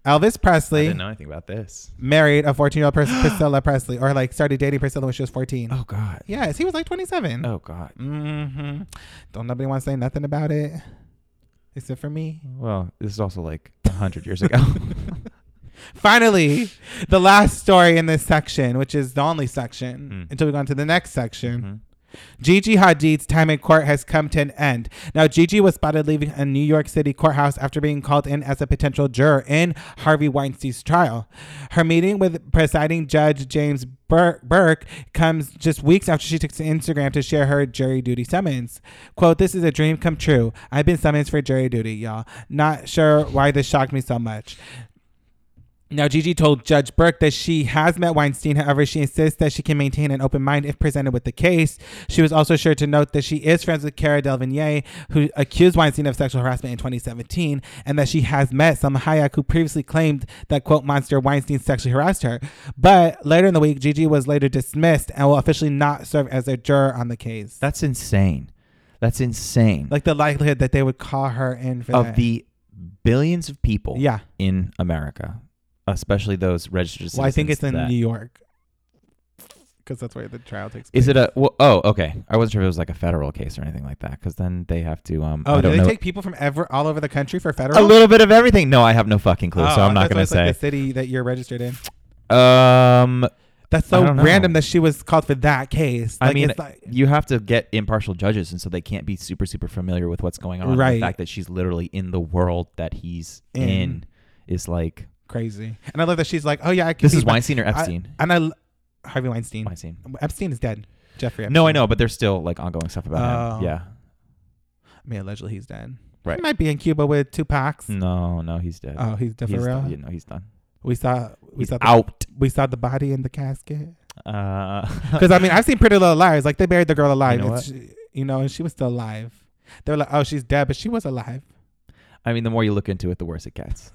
S5: Elvis.
S1: Presley.
S2: I didn't know anything about this.
S1: married a 14 year old Pris- Priscilla Presley or like started dating Priscilla when she was 14.
S2: Oh God.
S1: Yes, he was like 27.
S2: Oh God.
S1: Mm-hmm. Don't nobody want to say nothing about it except for me.
S2: Well, this is also like a hundred years ago.
S1: Finally, the last story in this section, which is the only section
S2: Mm.
S1: until we go on to the next section.
S2: Mhm.
S1: Gigi Hadid's time in court has come to an end. Now, Gigi was spotted leaving a New York City courthouse after being called in as a potential juror in Harvey Weinstein's trial. Her meeting with presiding judge James Bur- Burke comes just weeks after she took to Instagram to share her jury duty summons. Quote, This is a dream come true. I've been summoned for jury duty, y'all. Not sure why this shocked me so much. Now, Gigi told Judge Burke that she has met Weinstein. However, she insists that she can maintain an open mind if presented with the case. She was also sure to note that she is friends with Cara Delvinier, who accused Weinstein of sexual harassment in 2017, and that she has met Selma Hayek, who previously claimed that, quote, monster Weinstein sexually harassed her. But later in the week, Gigi was later dismissed and will officially not serve as a juror on the case.
S2: That's insane. That's insane.
S1: like the likelihood that they would call her in for
S2: of
S1: that.
S2: the billions of people
S1: yeah.
S2: in America, especially those registered.
S1: Well, I think it's
S2: citizens
S1: in
S2: that-
S1: New York because that's where the trial takes place.
S2: Is it a? Well, oh, okay. I wasn't sure if it was like a federal case or anything like that, because then they have to. Um,
S1: Oh,
S2: I
S1: do
S2: don't
S1: they
S2: know.
S1: take people from ever all over the country for federal? Oh,
S2: a little bit of everything. No, I have no fucking clue, so I'm not gonna
S1: that's why it's
S2: say.
S1: like the city that you're registered in.
S2: um,
S1: That's
S2: I
S1: so
S2: don't know.
S1: random that she was called for that case.
S2: I
S1: Like,
S2: mean,
S1: it's like,
S2: you have to get impartial judges, and so they can't be super, super familiar with what's going on. And
S1: Right.
S2: The fact that she's literally in the world that he's
S1: In.
S2: in, is like
S1: crazy. And I love that she's like, oh yeah, I can
S2: this
S1: be
S2: is
S1: my-
S2: Weinstein or
S1: I-
S2: Epstein.
S1: and I, l- Harvey Weinstein.
S2: Weinstein.
S1: Epstein is dead. Jeffrey. Epstein.
S2: No, I know, but there's still like ongoing stuff about
S1: Oh.
S2: him. Yeah.
S1: I mean, allegedly he's dead.
S2: Right.
S1: He might be in Cuba with Tupac.
S2: No, no, he's dead.
S1: Oh, Mm. he's dead for
S2: he's,
S1: real.
S2: Yeah, no, he's done.
S1: We saw. We
S2: He's
S1: saw. The,
S2: out. Uh,
S1: we saw the body in the casket.
S2: Because
S1: Because I mean, I've seen Pretty Little Liars. Like they buried the girl alive.
S2: know
S1: and
S2: what?
S1: she- you know, and she was still alive. They were like, oh, she's dead, but she was alive.
S2: I mean, the more you look into it, the worse it gets.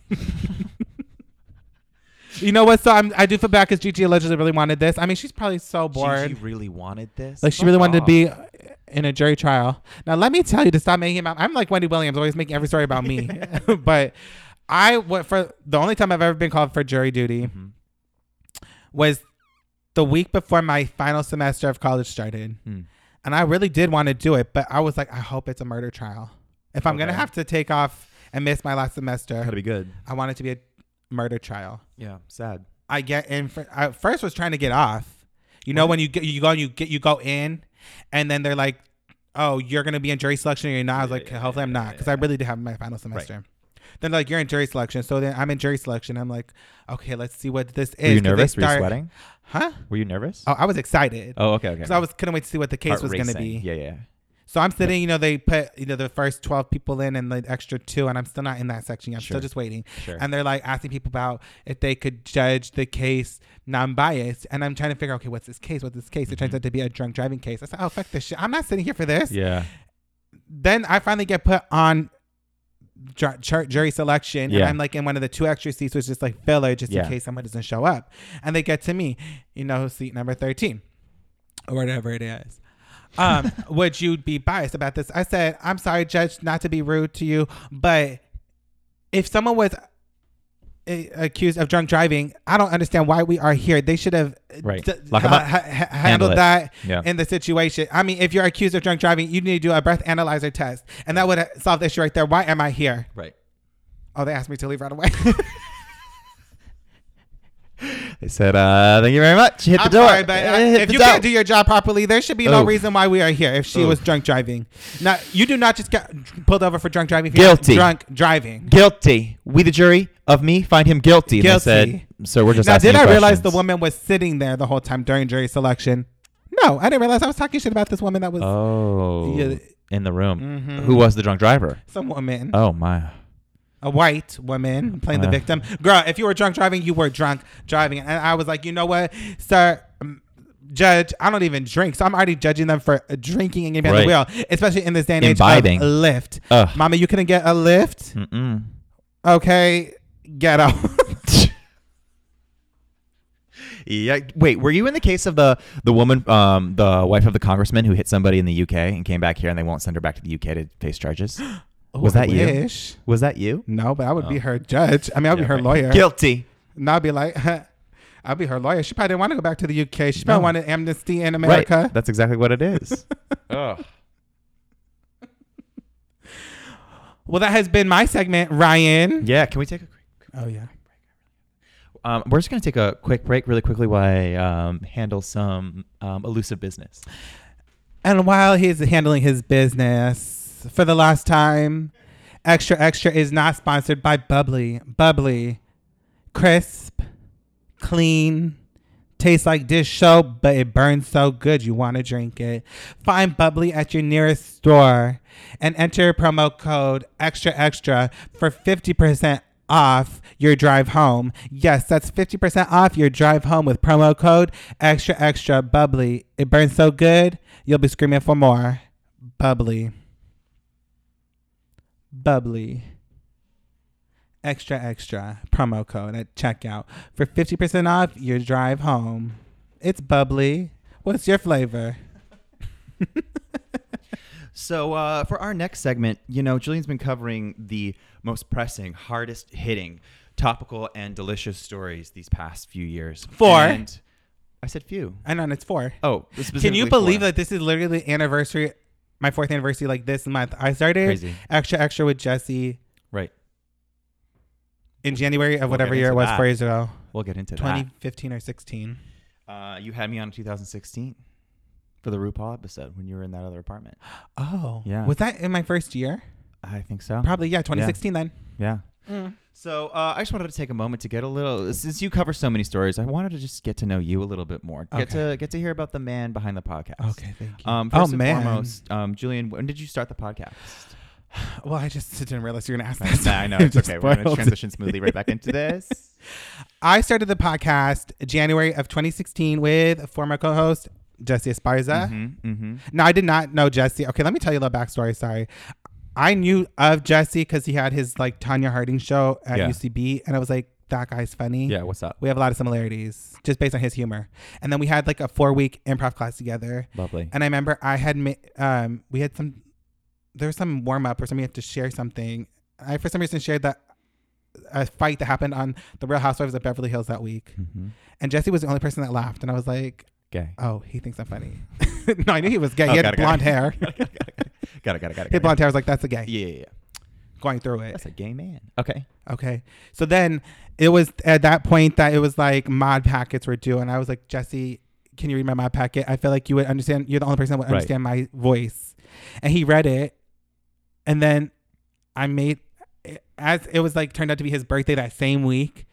S1: You know what? So I'm, I do feel bad because Gigi allegedly really wanted this. I mean, she's probably so bored.
S2: She really wanted this.
S1: like she really wanted to be in a jury trial. Now let me tell you to stop making him out. I'm like Wendy Williams, always making every story about me. but I went for the only time I've ever been called for jury duty
S2: Mhm.
S1: was the week before my final semester of college started,
S2: Hmm.
S1: and I really did want to do it, but I was like, I hope it's a murder trial. If I'm gonna
S2: Okay.
S1: have to take off and miss my last semester,
S2: Gotta be good.
S1: I want it to be a murder trial.
S2: Yeah, sad.
S1: I get in. fir- I first was trying to get off. You know when you get you go and you get you go in, and then they're like, "Oh, you're gonna be in jury selection or you're not." I was
S2: Yeah,
S1: like,
S2: yeah,
S1: "Hopefully, I'm
S2: yeah,
S1: not," because I
S2: yeah.
S1: really did have my final semester. Then they're like, "You're in jury selection," so then I'm in jury selection. I'm like, "Okay, let's see what this is."
S2: Were you
S1: 'Cause they
S2: nervous? Were you
S1: start-
S2: sweating?
S1: Huh?
S2: Were you nervous?
S1: Oh, I was excited
S2: Oh, okay, okay.
S1: because I was couldn't wait to see what the case
S2: Heart
S1: was gonna
S2: racing.
S1: be.
S2: Yeah, yeah.
S1: So I'm sitting, you know, they put, you know, the first 12 people in and the extra two, and I'm still not in that section. I'm still
S2: Sure.
S1: just waiting.
S2: Sure.
S1: And they're like asking people about if they could judge the case non biased. And I'm trying to figure out, okay, what's this case? What's this case? It
S2: Mm-hmm.
S1: turns out to be a drunk driving case. I said, oh, fuck this shit. I'm not sitting here for this.
S2: Yeah.
S1: Then I finally get put on ju- ju- jury selection. And
S2: Yeah.
S1: I'm like in one of the two extra seats, which is like filler just
S2: Yeah.
S1: in case someone doesn't show up. And they get to me, you know, seat number 13 or whatever it is. Um, would you be biased about this? I said, I'm sorry, Judge, not to be rude to you, but if someone was a- accused of drunk driving, I don't understand why we are here. They should have uh,
S2: Right.
S1: d-
S2: Lock 'em
S1: ha-
S2: up.
S1: ha- ha- handled
S2: it.
S1: that
S2: Yeah.
S1: in the situation. I mean, if you're accused of drunk driving, you need to do a breath analyzer test, and that would have solved the issue right there. Why am I here?
S2: Right.
S1: Oh, they asked me to leave right away.
S2: They said, uh, "Thank you very much." Hit
S1: I'm
S2: the door.
S1: sorry, but uh,
S2: Eh, hit
S1: if
S2: the
S1: you
S2: door.
S1: can't do your job properly, there should be no
S2: Oof.
S1: reason why we are here. If she was
S2: Oof.
S1: drunk driving, now you do not just get pulled over for drunk driving. If you're not
S2: Guilty.
S1: drunk driving.
S2: guilty, we the jury of me find him guilty. And
S1: Guilty.
S2: They said, "So we're just
S1: Now,
S2: asking
S1: did
S2: you
S1: I realize the
S2: questions."
S1: woman was sitting there the whole time during jury selection? No, I didn't realize I was talking shit about this woman that was
S2: Oh,
S1: Yeah.
S2: in the room.
S1: Mhm.
S2: Who was the drunk driver?
S1: some woman,
S2: Oh my.
S1: a white woman playing the
S2: Uh.
S1: victim. Girl, if you were drunk driving, you were drunk driving, and I was like, you know what, sir. um, Judge, I don't even drink, so I'm already judging them for uh, drinking and getting behind the wheel, especially in this day and age
S2: Imbibing.
S1: of Lyft.
S2: Ugh.
S1: Mama, you couldn't get a lift.
S2: Mm-mm.
S1: Okay, get out.
S2: Yeah. Wait, were you in the case of the the woman, um, the wife of the congressman who hit somebody in the UK and came back here, and they won't send her back to the UK to face charges? Was that you?
S1: Wish.
S2: Was that you?
S1: No, but I would be
S2: Oh.
S1: her judge. I mean, I'd be
S2: Yeah,
S1: her
S2: right.
S1: lawyer.
S2: Guilty.
S1: And I'd be like, I'd be her lawyer. She probably didn't want to go back to the UK. She probably
S2: No.
S1: wanted amnesty in America.
S2: Right. That's exactly what it is. Ugh.
S1: Well, that has been my segment, Ryan.
S2: Yeah. Can we take a? quick
S1: Oh yeah.
S2: Um, we're just gonna take a quick break, really quickly, while I um, handle some um, elusive business.
S1: And while he's handling his business for the last time, Extra Extra is not sponsored by Bubbly. Bubbly, crisp, clean, tastes like dish soap, but it burns so good you want to drink it. Find Bubbly at your nearest store and enter promo code Extra Extra for 50% off your drive home. Yes, that's 50% off your drive home with promo code Extra Extra Bubbly. It burns so good, you'll be screaming for more. Bubbly. Bubbly. Extra Extra promo code at checkout for 50% off your drive home. It's bubbly. What's your flavor?
S4: So uh, for our next segment, you know, Julian's been covering the most pressing, hardest hitting, topical, and delicious stories these past few years.
S1: Four.
S4: And I said few.
S1: I know and it's four.
S4: Oh,
S1: Can
S4: specifically
S1: you believe
S4: four.
S1: that this is literally the anniversary, my fourth anniversary, like this month? I started
S2: Crazy.
S1: Extra Extra with Jesse
S2: Right.
S1: in January of whatever
S2: get
S1: year it
S2: into
S1: was
S2: that.
S1: four years ago,
S2: We'll get into
S1: 2015 or 16.
S2: that. Uh, you had me on in 2016 for the RuPaul episode when you were in that other apartment.
S1: Oh,
S2: Yeah.
S1: Was that in my first year?
S2: I think so.
S1: Probably, yeah, 2016 then.
S2: Yeah.
S4: So uh, I just wanted to take a moment to get a little. Since you cover so many stories,
S2: I wanted to just get to know you a little bit more. Get
S1: Okay.
S2: to get to hear about the man behind the podcast.
S1: Okay, thank you.
S2: Um,
S1: Oh,
S2: first and
S1: man.
S2: foremost, um, Julian, when did you start the podcast?
S1: Well, I just didn't realize you were gonna ask
S2: Right.
S1: that.
S2: Nah, I know. It's
S1: Just
S2: okay. We're going to
S1: spoiled it.
S2: transition smoothly right back into this.
S1: I started the podcast January of 2016 with former co-host Jesse Esparza.
S2: Mm-hmm, mm-hmm.
S1: No, I did not know Jesse. Okay, let me tell you a little backstory. Sorry. I knew of Jesse because he had his like Tanya Harding show at
S2: Yeah.
S1: UCB, and I was like, that guy's funny.
S2: Yeah, what's up?
S1: We have a lot of similarities just based on his humor. And then we had like a four week improv class together.
S2: Lovely.
S1: And I remember I had, ma- um, we had some, there was some warm up or something, you had to share something. I, for some reason, shared that a fight that happened on The Real Housewives of Beverly Hills that week.
S2: Mm-hmm.
S1: And Jesse was the only person that laughed. And I was like,
S2: Gay.
S1: oh, he thinks I'm funny. no, I knew he was gay.
S2: Oh,
S1: he had
S2: got it, got
S1: blonde
S2: it.
S1: hair.
S2: got it, got it, got it, got it.
S1: His blonde hair I was like, that's a gay.
S2: Yeah, yeah, yeah.
S1: Going through it.
S2: That's a gay man. Okay.
S1: Okay. So then it was at that point that it was like mod packets were due. And I was like, Jesse, can you read my mod packet? I feel like you would understand. You're the only person that would
S2: Right.
S1: understand my voice. And he read it. And then I made, as it was like turned out to be his birthday that same week.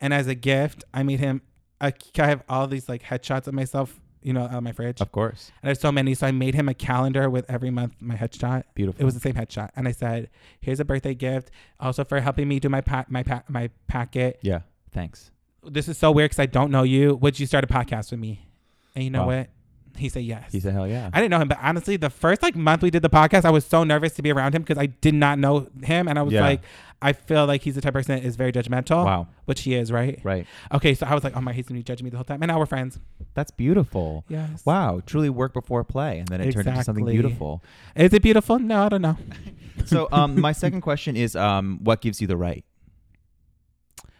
S1: And as a gift, I made him, a, I have all these like headshots of myself, you know, on my fridge.
S2: Of course.
S1: And there's so many. So I made him a calendar with every month my headshot.
S2: Beautiful.
S1: It was the same headshot, and I said, "Here's a birthday gift, also for helping me do my pa- my pa- my packet.
S2: Yeah. Thanks.
S1: This is so weird because I don't know you. Would you start a podcast with me?" And you know
S2: Wow.
S1: what? He said yes.
S2: He said, hell yeah.
S1: I didn't know him, but honestly, the first like month we did the podcast, I was so nervous to be around him because I did not know him, and I was
S2: Yeah.
S1: like, I feel like he's the type of person that is very judgmental.
S2: wow.
S1: Which he is, right?
S2: Right.
S1: Okay, so I was like, oh my, he's gonna be judging me the whole time, and now we're friends.
S2: That's beautiful.
S1: Yes.
S2: Wow. Truly work before play. And then it turned into something
S1: Exactly.
S2: beautiful.
S1: Is it beautiful? No, I don't know.
S2: So um, my second question is um, what gives you the right?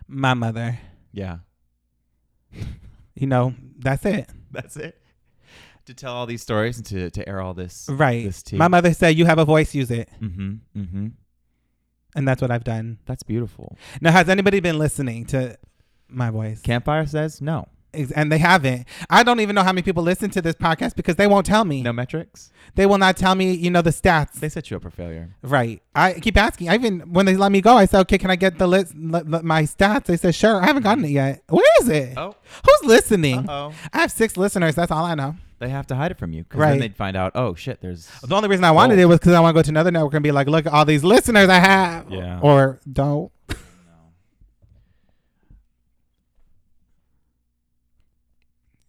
S1: My mother.
S2: Yeah.
S1: You know, that's it.
S2: That's it. To tell all these stories and to, to air all this.
S1: Right.
S2: This tea.
S1: My mother said, You have a voice, use it.
S2: Mm-hmm. Mm-hmm.
S1: And that's what I've done.
S2: That's beautiful.
S1: Now, has anybody been listening to my voice.
S2: Campfire says no.
S1: Ex- And they haven't. I don't even know how many people listen to this podcast because they won't tell me.
S2: No metrics.
S1: They will not tell me, you know, the stats.
S2: They set you up for failure.
S1: Right. I keep asking. I even when they let me go, I said, "Okay, can I get the list, l- l- my stats?" They said, "Sure." I haven't gotten it yet. Where is it?
S2: Oh.
S1: Who's listening?
S2: Uh-oh.
S1: I have six listeners. That's all I know.
S2: They have to hide it from you because
S1: Right.
S2: then they'd find out. Oh shit, there's
S1: The only reason I wanted
S2: Oh.
S1: it was because I want to go to another network and be like, "Look at all these listeners I have,"
S2: Yeah.
S1: or don't.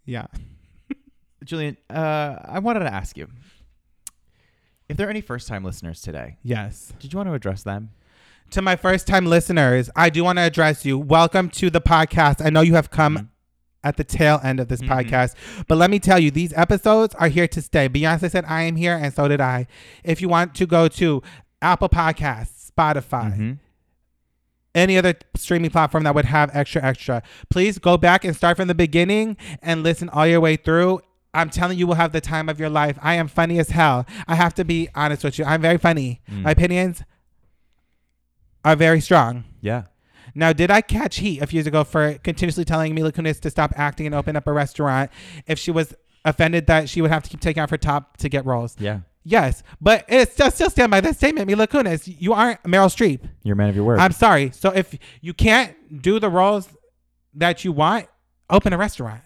S1: yeah.
S2: Julian. Uh, I wanted to ask you if there are any first-time listeners today.
S1: Yes.
S2: Did you want to address them?
S1: To my first time listeners, I do want to address you. Welcome to the podcast. I know you have
S2: Mm-hmm.
S1: come at the tail end of this podcast, but let me tell you, these episodes are here to stay. Beyonce said, I am here, and so did I. If you want to go to Apple Podcasts, Spotify,
S2: Mhm.
S1: any other streaming platform that would have extra, extra, please go back and start from the beginning and listen all your way through. I'm telling you, you will have the time of your life. I am funny as hell. I have to be honest with you. I'm very funny. My opinions are very strong.
S2: Yeah.
S1: Now, did I catch heat a few years ago for continuously telling Mila Kunis to stop acting and open up a restaurant if she was offended that she would have to keep taking off her top to get roles?
S2: Yeah.
S1: Yes, but it's still, still stand by that statement, Mila Kunis. You aren't Meryl Streep.
S2: You're a man of your word.
S1: I'm sorry. So if you can't do the roles that you want, open a restaurant.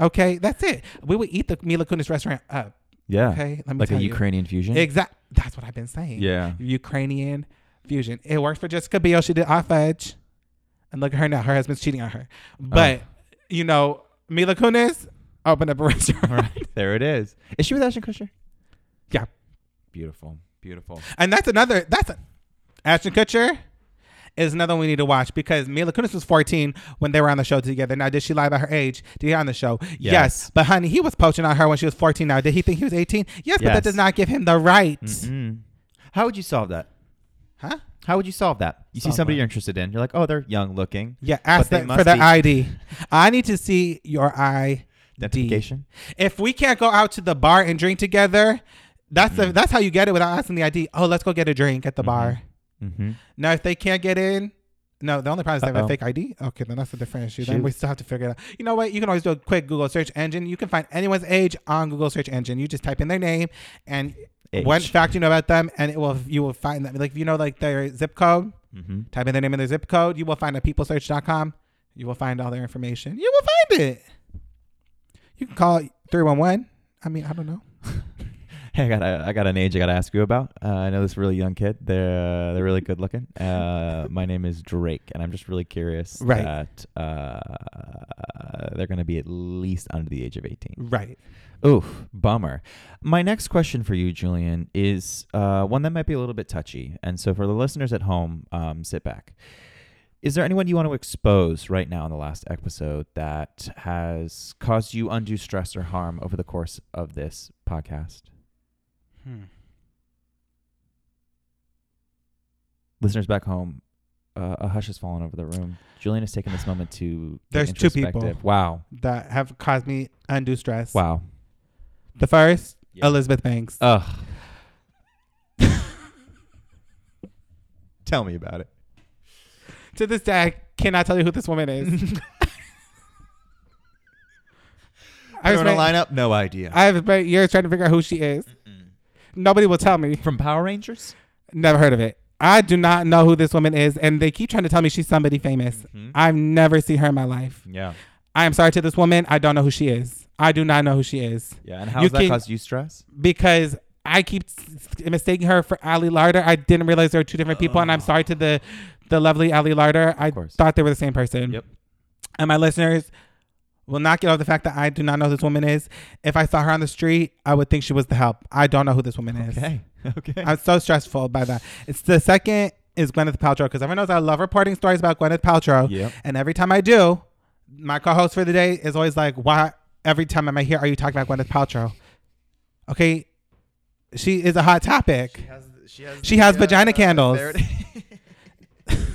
S1: Okay, that's it. We would eat the Mila Kunis restaurant up.
S2: yeah.
S1: Okay, let me
S2: like
S1: tell
S2: a
S1: you.
S2: Ukrainian fusion.
S1: Exact. That's what I've been saying.
S2: Yeah.
S1: Ukrainian fusion. It works for Jessica Biel. She did Off Edge. And look at her now. Her husband's cheating on her.
S2: Oh.
S1: But, you know, Mila Kunis opened up a restaurant.
S2: All right. There it is. Is she with Ashton Kutcher?
S1: Yeah.
S2: Beautiful. Beautiful.
S1: And that's another, that's a, Ashton Kutcher is another one we need to watch because Mila Kunis was 14 when they were on the show together. Now, did she lie about her age? Did he on the show? Yes.
S2: Yes.
S1: But, honey, he was poaching on her when she was 14 now. Did he think he was 18? Yes, but that
S2: Yes.
S1: does not give him the right.
S2: Mm. How would you solve that?
S1: Huh?
S2: How would you solve that? You
S1: Solve
S2: see somebody
S1: what?
S2: you're interested in. You're like, oh, they're young looking.
S1: Yeah, ask
S2: they
S1: them
S2: must
S1: for their
S2: be-
S1: ID. I need to see your ID.
S2: Identification.
S1: If we can't go out to the bar and drink together, that's
S2: Mm.
S1: the, that's how you get it without asking the ID. Oh, let's go get a drink at the bar.
S2: Mm-hmm.
S1: Now, if they can't get in, no, the only problem is they have
S2: Uh-oh.
S1: a fake ID. Okay, then that's a different issue. Then
S2: Shoot.
S1: we still have to figure it out. You know what? You can always do a quick Google search engine. You can find anyone's age on Google search engine. You just type in their name and
S2: Age.
S1: one fact you know about them, and it will you will find them. Like if you know like their zip code,
S2: Mm-hmm.
S1: type in their name and their zip code. You will find a peoplesearch.com. You will find all their information. You will find it. You can call 311. I mean, I don't know.
S2: Hey, I got a, I got an age I got to ask you about. Uh, I know this really young kid. They're they're really good looking. Uh, my name is Drake, and I'm just really curious
S1: Right.
S2: that uh, they're going to be at least under the age of 18.
S1: Right.
S2: Oof, bummer. My next question for you, Julian, is uh, one that might be a little bit touchy. And so, for the listeners at home, um, sit back. Is there anyone you want to expose right now in the last episode that has caused you undue stress or harm over the course of this podcast? Listeners back home, uh, a hush has fallen over the room. Julian has taken this moment to. get
S1: There's two people.
S2: introspective. Wow.
S1: That have caused me undue stress.
S2: Wow.
S1: The first,
S2: Yeah.
S1: Elizabeth Banks.
S2: Ugh. Tell me about it.
S1: to this day, I cannot tell you who this woman is. I
S2: Her
S1: have
S2: in a
S1: spent,
S2: lineup? No idea.
S1: I have spent years trying to figure out who she is.
S2: Mm.
S1: Nobody will tell me.
S2: From Power Rangers?
S1: Never heard of it. I do not know who this woman is, and they keep trying to tell me she's somebody famous. I've never seen her in my life.
S2: Mm-hmm. Yeah.
S1: I am sorry to this woman. I don't know who she is. I do not know who she is
S2: Yeah. And how
S1: You
S2: does that
S1: can-
S2: cause you stress?
S1: because I keep s- s- mistaking her for Ali Larder. I didn't realize there were two different people, and I'm sorry to the the lovely Ali Larder. I
S2: course.
S1: thought they were the same person.
S2: Yep.
S1: And my listeners will not get over the fact that I do not know who this woman is. If I saw her on the street, I would think she was the help. I don't know who this woman is.
S2: Okay. Okay.
S1: I'm so stressful by that. It's the second is Gwyneth Paltrow because everyone knows I love reporting stories about Gwyneth Paltrow.
S2: Yep.
S1: And every time I do, my co-host for the day is always like, "Why? Every time I'm here, are you talking about Gwyneth Paltrow? Okay, she is a hot topic.
S5: She has, she has,
S1: She has
S2: uh,
S5: the,
S1: vagina candles.
S5: there it is.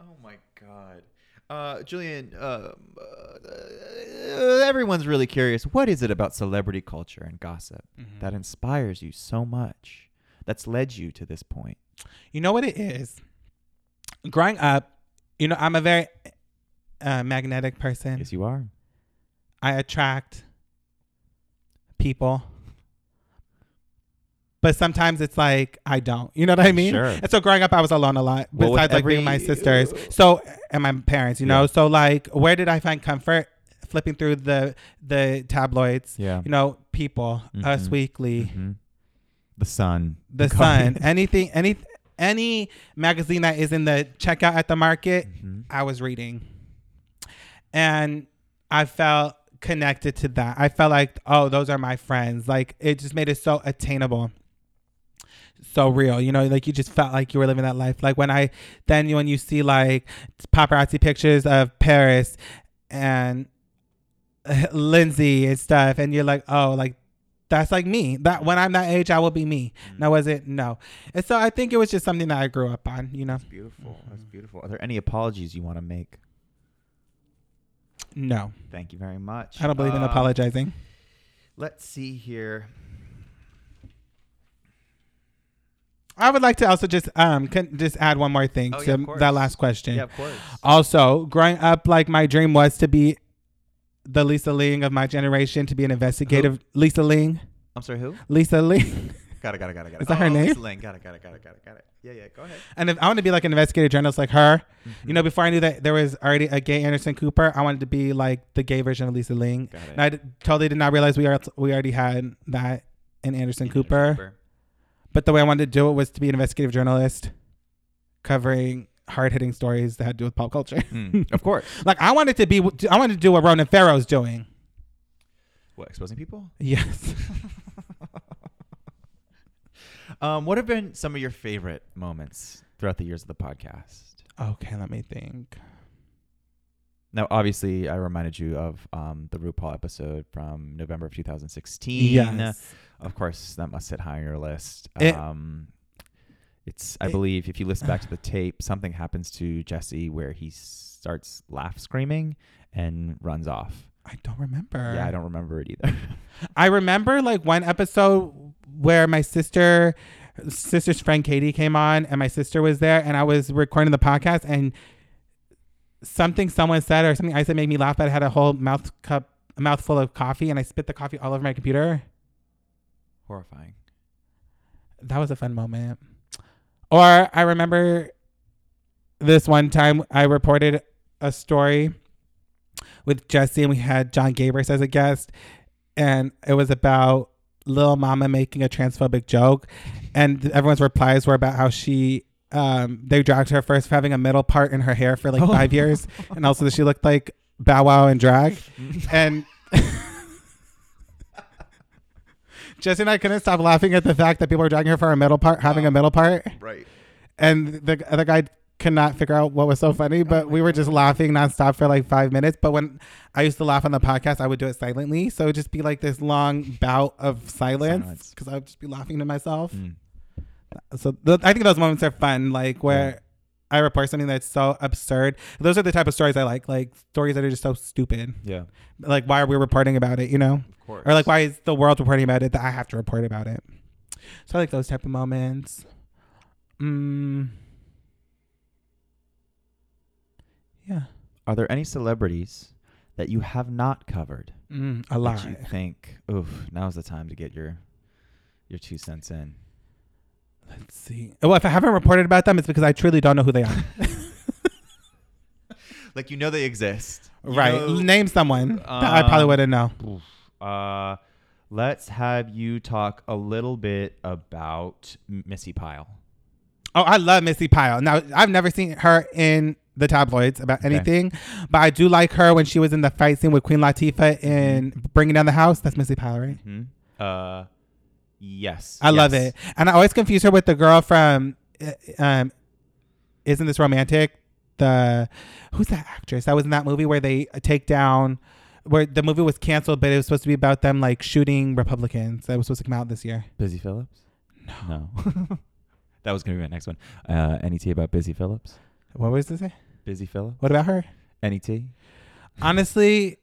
S5: oh my god,
S2: Uh, Julian, uh, uh, everyone's really curious. What is it about celebrity culture and gossip
S1: Hmm.
S2: that inspires you so much? That's led you to this point.
S1: You know what it is? Growing up, You know, I'm a very uh, magnetic person.
S2: Yes, you are.
S1: I attract people. But sometimes it's like I don't. You know what I mean?
S2: Sure.
S1: And so growing up, I was alone a lot,
S2: Well, with
S1: besides like being my
S2: every- uh,
S1: sisters. So and my parents, you know.
S2: Yeah.
S1: So like, where did I find comfort? Flipping through the the tabloids,
S2: Yeah.
S1: you know, People, Us
S2: Mhm.
S1: Weekly,
S2: Mhm. The sun.
S1: The Sun, anything, any any magazine that is in the checkout at the market,
S2: Mhm.
S1: I was reading. And I felt connected to that. I felt like, oh, those are my friends. Like it just made it so attainable. So real, you know, like you just felt like you were living that life. Like when I then when you see like paparazzi pictures of Paris and Lindsay and stuff, and you're like, oh, like that's like me. That when I'm that age, I will be me. Now, was it? No. And so I think it was just something that I grew up on, you know?
S2: That's beautiful. That's beautiful. Are there any apologies you want to make?
S1: No.
S2: Thank you very much.
S1: I don't believe in
S2: Uh,
S1: apologizing.
S2: Let's see here.
S1: I would like to also just um con- just add one more thing
S2: Oh,
S1: to
S2: yeah, of course.
S1: that last question.
S2: Yeah, of course.
S1: Also, growing up, like my dream was to be the Lisa Ling of my generation, to be an investigative Lisa Ling.
S2: I'm sorry, who?
S1: Lisa Ling.
S2: Got it, got it, got it, got it.
S1: Is that her
S2: Oh,
S1: name?
S2: Lisa Lane. Got it, got it, got it, got it, got it. Yeah, yeah, go ahead.
S1: and if I want to be like an investigative journalist like her,
S2: Mm-hmm.
S1: you know, before I knew that there was already a gay Anderson Cooper, I wanted to be like the gay version of Lisa Ling.
S2: Got it.
S1: And I d- totally did not realize we are we already had that in Anderson Cooper. But the way I wanted to do it was to be an investigative journalist covering hard hitting stories that had to do with pop culture.
S2: Mm, of course.
S1: Like I wanted to be, I wanted to do what Ronan Farrow's doing.
S2: What, exposing people?
S1: Yes.
S2: Um, what have been some of your favorite moments throughout the years of the podcast?
S1: Okay, let me think.
S2: Now, obviously, I reminded you of um, the RuPaul episode from November of 2016.
S1: Yes.
S2: Of course, that must sit high on your list.
S1: It-
S2: um, it's, I
S1: it-
S2: believe, if you listen back to the tape, something happens to Jesse where he starts laugh screaming and runs off.
S1: I don't remember.
S2: Yeah, I don't remember it either.
S1: I remember like one episode where my sister sister's friend Katie came on and my sister was there and I was recording the podcast and something someone said or something I said made me laugh but I had a whole mouth cup a mouthful of coffee and I spit the coffee all over my computer.
S2: Horrifying.
S1: That was a fun moment. Or I remember this one time I reported a story with Jesse and we had John Gabris as a guest and it was about Lil Mama making a transphobic joke and everyone's replies were about how she um, they dragged her first for having a metal part in her hair for like
S2: Oh.
S1: five years and also that she looked like Bow Wow and drag and Jesse and I couldn't stop laughing at the fact that people were dragging her for a metal part, having
S2: Oh.
S1: a metal part,
S5: Right.
S1: and the other guy could not figure out what was so funny.
S2: Oh
S1: But we were just laughing nonstop for like five minutes. But when I used to laugh on the podcast, I would do it silently, so it'd just be like this long bout of silence
S2: Silence.
S1: because I would just be laughing to myself.
S2: Mm.
S1: So th- I think those moments are fun, like where.
S2: Yeah.
S1: I report something that's so absurd. Those are the type of stories I like, like stories that are just so stupid.
S2: Yeah,
S1: Like, why are we reporting about it? You know,
S2: of course.
S1: or like why is the world reporting about it that I have to report about it? So I like those type of moments. Mm. Yeah,
S2: Are there any celebrities that you have not covered?
S1: mm, a
S2: that
S1: lot.
S2: you think, oof, now's the time to get your your two cents in.
S1: Let's see. Well, if I haven't reported about them, it's because I truly don't know who they are.
S2: Like you know they exist.
S1: right? Name someone that I probably
S2: um,
S1: wouldn't know.
S2: Uh, let's have you talk a little bit about M- Missy Pyle.
S1: Oh, I love Missy Pyle. Now I've never seen her in the tabloids about
S2: Okay.
S1: anything, but I do like her when she was in the fight scene with Queen Latifah in Bringing Down the House. That's Missy Pyle, right?
S2: Hmm? Uh, yes.
S1: I love
S2: yes.
S1: it. And I always confuse her with the girl from uh, um Isn't This Romantic? The who's that actress that was in that movie where they take down where the movie was canceled but it was supposed to be about them like shooting Republicans that was supposed to come out this year.
S2: Busy Phillips. No. that was gonna be my next one. Uh, any tea about Busy Phillips?
S1: What was it? say?
S2: Busy Phillips.
S1: What about her?
S2: Any tea?
S1: Honestly,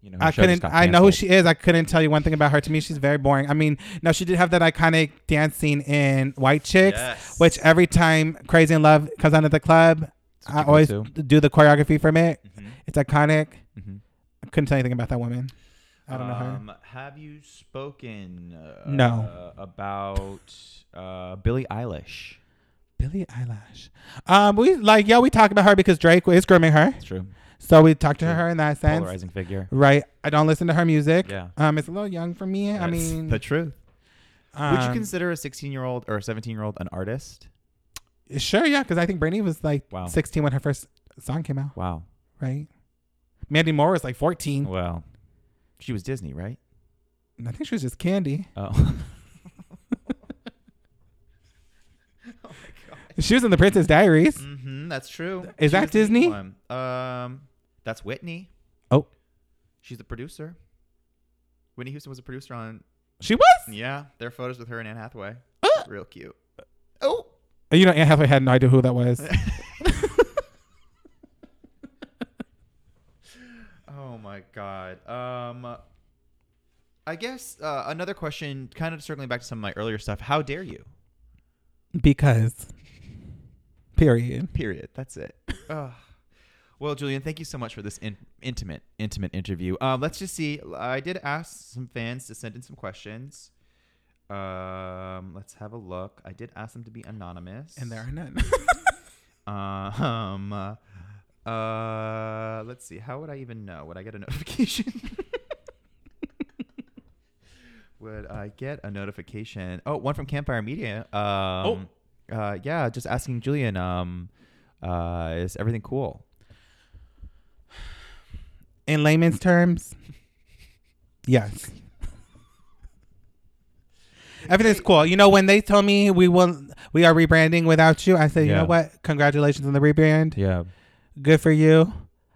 S2: You know, her
S1: I
S2: show just
S1: couldn't
S2: got
S1: I know who
S2: canceled.
S1: she is. I couldn't tell you one thing about her. To me, she's very boring. I mean, now she did have that iconic dance scene in White Chicks,
S5: Yes.
S1: which every time Crazy in Love comes on at the club, I always
S2: do.
S1: do the choreography from it.
S2: Mm-hmm.
S1: It's iconic.
S2: Mm-hmm.
S1: I couldn't tell anything about that woman. I don't know
S2: Um,
S1: her.
S2: Have you spoken? Uh,
S1: No.
S2: About uh, Billie Eilish.
S1: Billie Eilish. Um, we like yeah, we talked about her because Drake is grooming her,
S2: It's true.
S1: so we talked to
S2: True.
S1: her in that sense.
S2: Polarizing figure.
S1: Right. I don't listen to her music.
S2: Yeah.
S1: Um, it's a little young for me. I
S2: That's
S1: mean,
S2: the truth. Would you
S1: um,
S2: consider a 16 year old or a 17 year old an artist?
S1: Sure, yeah, because I think Britney was like
S2: Wow.
S1: 16 when her first song came out,
S2: Wow.
S1: right? Mandy Moore was like 14.
S2: Well, she was Disney, right?
S1: I think she was just Candy.
S2: Oh.
S1: She was in The Princess Diaries.
S2: mm-hmm, that's true.
S1: Is that
S2: was the lead
S1: Disney?
S2: one. Um, that's Whitney.
S1: Oh.
S2: She's the producer. Whitney Houston was a producer on.
S1: She was.
S2: Yeah, there are photos with her and Anne Hathaway.
S1: Uh.
S2: Real cute.
S1: Oh. You know, Anne Hathaway had no idea who that was.
S2: Oh my god. Um, I guess uh, another question, kind of circling back to some of my earlier stuff. How dare you?
S1: because. Period.
S2: Period. That's it. Ugh. Well, Julian, thank you so much for this in- intimate, intimate interview. Um, let's just see. I did ask some fans to send in some questions. Um, let's have a look. I did ask them to be anonymous.
S1: And there are none.
S2: Um, uh, let's see. How would I even know? Would I get a notification? would I get a notification? Oh, one from Campfire Media. Um, oh. Uh, yeah, just asking Julian. Um, uh, is everything cool?
S1: in layman's terms, yes. Everything's cool. You know, when they told me we will we are rebranding without you, I said, you
S2: Yeah.
S1: know what? Congratulations on the rebrand.
S2: Yeah.
S1: Good for you.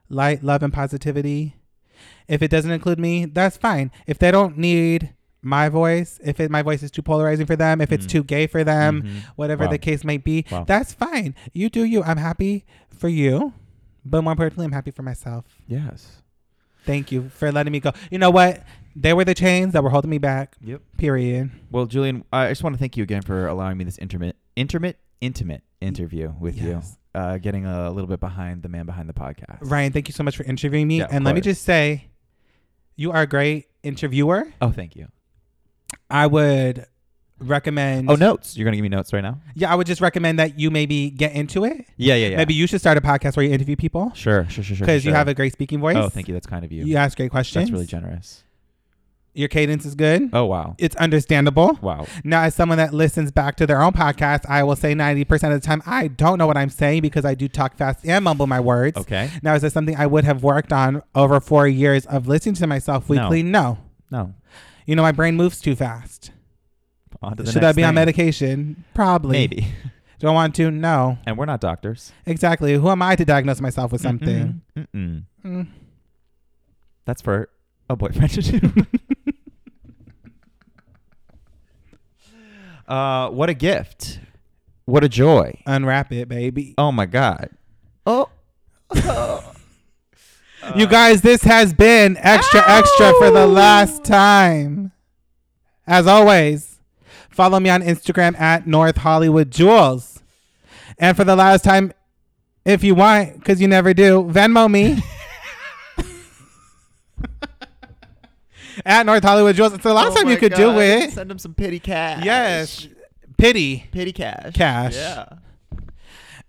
S1: Light, love, and positivity. If it doesn't include me, that's fine. If they don't need my voice, if it, my voice is too polarizing for them, if it's
S2: Mm.
S1: too gay for them,
S2: Mhm.
S1: whatever
S2: Wow.
S1: the case may be,
S2: Wow.
S1: that's fine. You do you. I'm happy for you, but more importantly, I'm happy for myself.
S2: Yes.
S1: Thank you for letting me go. You know what? They were the chains that were holding me back.
S2: Yep.
S1: Period.
S2: Well, Julian, I just want to thank you again for allowing me this intimate, intimate, intimate interview with
S1: Yes.
S2: you. Uh, getting a little bit behind the man behind the podcast.
S1: Ryan, thank you so much for interviewing me.
S2: Yeah, of
S1: and let me
S2: course.
S1: just say, you are a great interviewer.
S2: Oh, thank you.
S1: I would recommend.
S2: Oh, notes. You're gonna give me notes right now?
S1: Yeah, I would just recommend that you maybe get into it.
S2: Yeah, yeah, yeah.
S1: Maybe you should start a podcast where you interview people
S2: Sure, sure, sure, sure.
S1: because you
S2: sure.
S1: have a great speaking voice.
S2: Oh, thank you. That's kind of you.
S1: You ask great questions.
S2: That's really generous.
S1: Your cadence is good.
S2: Oh wow,
S1: It's understandable.
S2: wow.
S1: Now, as someone that listens back to their own podcast, I will say 90% of the time, I don't know what I'm saying because I do talk fast and mumble my words.
S2: Okay.
S1: Now, is this something I would have worked on over four years of listening to myself
S2: No.
S1: weekly? No.
S2: No.
S1: You know, my brain moves too fast.
S2: On to the
S1: Should
S2: next
S1: I be on
S2: thing.
S1: medication? Probably.
S2: Maybe.
S1: Do I want to? No.
S2: And we're not doctors.
S1: Exactly. Who am I to diagnose myself
S2: Mm-hmm.
S1: with something?
S2: Mm-mm. Mm-mm.
S1: Mm.
S2: That's for a boyfriend to do. uh, what a gift! What a joy!
S1: Unwrap it, baby.
S2: Oh my god! Oh.
S1: you guys, this has been Extra Extra for the last time. As always, follow me on Instagram at North Hollywood Jewels. And for the last time, if you want, because you never do, Venmo me. at North Hollywood Jewels. It's the
S2: Oh
S1: last time you could do it.
S4: Oh, Send him some pity cash.
S1: Yes. Pity.
S4: Pity cash.
S1: Cash.
S4: Yeah.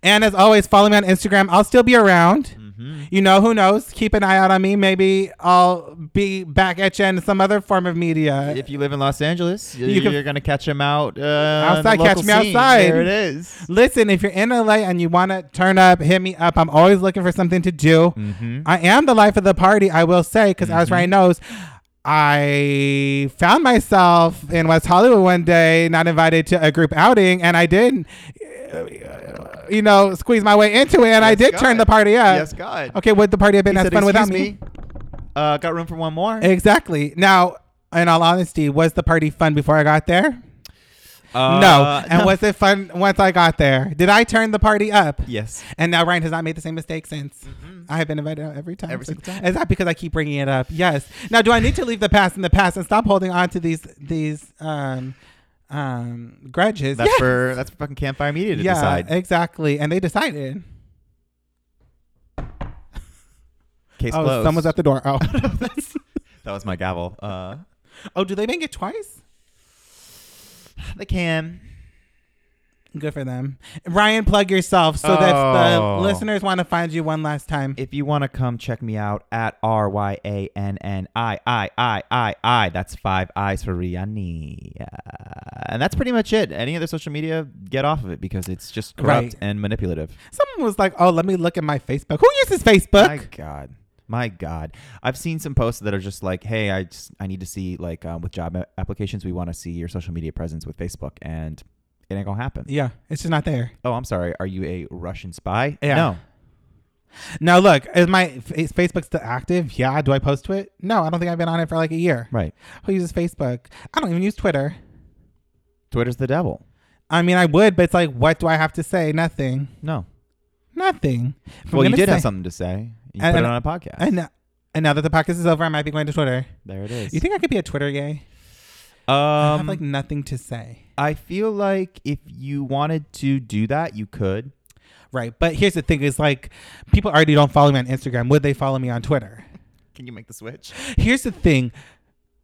S1: And as always, follow me on Instagram. I'll still be around.
S2: Mm-hmm.
S1: You know, who knows? Keep an eye out on me. Maybe I'll be back at you in some other form of media.
S2: If you live in Los Angeles, you
S1: You can-
S2: are gonna catch him out uh, on the
S1: Outside, catch
S2: local
S1: me
S2: scene.
S1: outside.
S2: There it is.
S1: Listen, if you're in LA and you want to turn up, hit me up. I'm always looking for something to do.
S2: Mm-hmm.
S1: I am the life of the party, I will say, because as
S2: Mhm.
S1: Ryan knows, I found myself in West Hollywood one day, not invited to a group outing, and I did, uh, you know, squeeze my way into it, and I
S2: Yes,
S1: did turn the
S2: God.
S1: party up.
S2: Yes, God.
S1: Okay, would the party have been
S2: He
S1: as
S2: said,
S1: fun without
S2: "Excuse
S1: me? Eh,
S2: Uh, got room for one more.
S1: Exactly. Now, in all honesty, was the party fun before I got there?
S2: Uh,
S1: no. And
S2: no.
S1: was it fun once I got there? Did I turn the party up?
S2: Yes.
S1: And now Ryan has not made the same mistake since. I have been invited out every time.
S2: Every single
S1: since. Is that because I keep bringing it up? Yes. Now, do I need to leave the past in the past and stop holding on to these these um um grudges?
S2: That's
S1: Yes. Eh,
S2: for that's for fucking campfire media to
S1: yeah,
S2: decide.
S1: exactly. And they decided.
S2: Case
S1: oh,
S2: closed.
S1: someone's at the door. Oh,
S2: that was my gavel. Uh,
S1: oh, do they make it twice?
S2: they can.
S1: Good for them. Ryan, plug yourself so that the
S2: Oh.
S1: listeners want to find you one last time.
S2: If you want to come check me out at R Y A N N I I I I I, that's five eyes for Rihanna. Uh, and that's pretty much it. Any other social media, get off of it because it's just corrupt
S1: Right.
S2: and manipulative.
S1: Someone was like, "Oh, let me look at my Facebook." Who uses Facebook?
S2: My God. My God. I've seen some posts that are just like, hey, I just, I need to see, like, um, with job a- applications, we want to see your social media presence with Facebook. And it ain't going to happen.
S1: yeah, it's just not there.
S2: Oh, I'm sorry. Are you a Russian spy?
S1: Yeah.
S2: No.
S1: Now look, is my is Facebook still active? Yeah. Do I post to it? No, I don't think I've been on it for like a year.
S2: Right.
S1: Who uses Facebook? I don't even use Twitter.
S2: Twitter's the devil.
S1: I mean, I would, but it's like, what do I have to say? Nothing.
S2: No.
S1: Nothing. If I'm
S2: well, you
S1: gonna
S2: did
S1: say-
S2: have something to say. You
S1: And-
S2: put
S1: and-
S2: it on a podcast.
S1: And, now- and now that the podcast is over, I might be going to Twitter.
S2: there it is.
S1: You think I could be a Twitter gay?
S2: Um,
S1: I
S2: I,
S1: have like nothing to say.
S2: feel like if you wanted to do that, you could.
S1: Right. But here's the thing is like, people already don't follow me on Instagram. Would they follow me on Twitter?
S2: Can you make the switch?
S1: Here's the thing.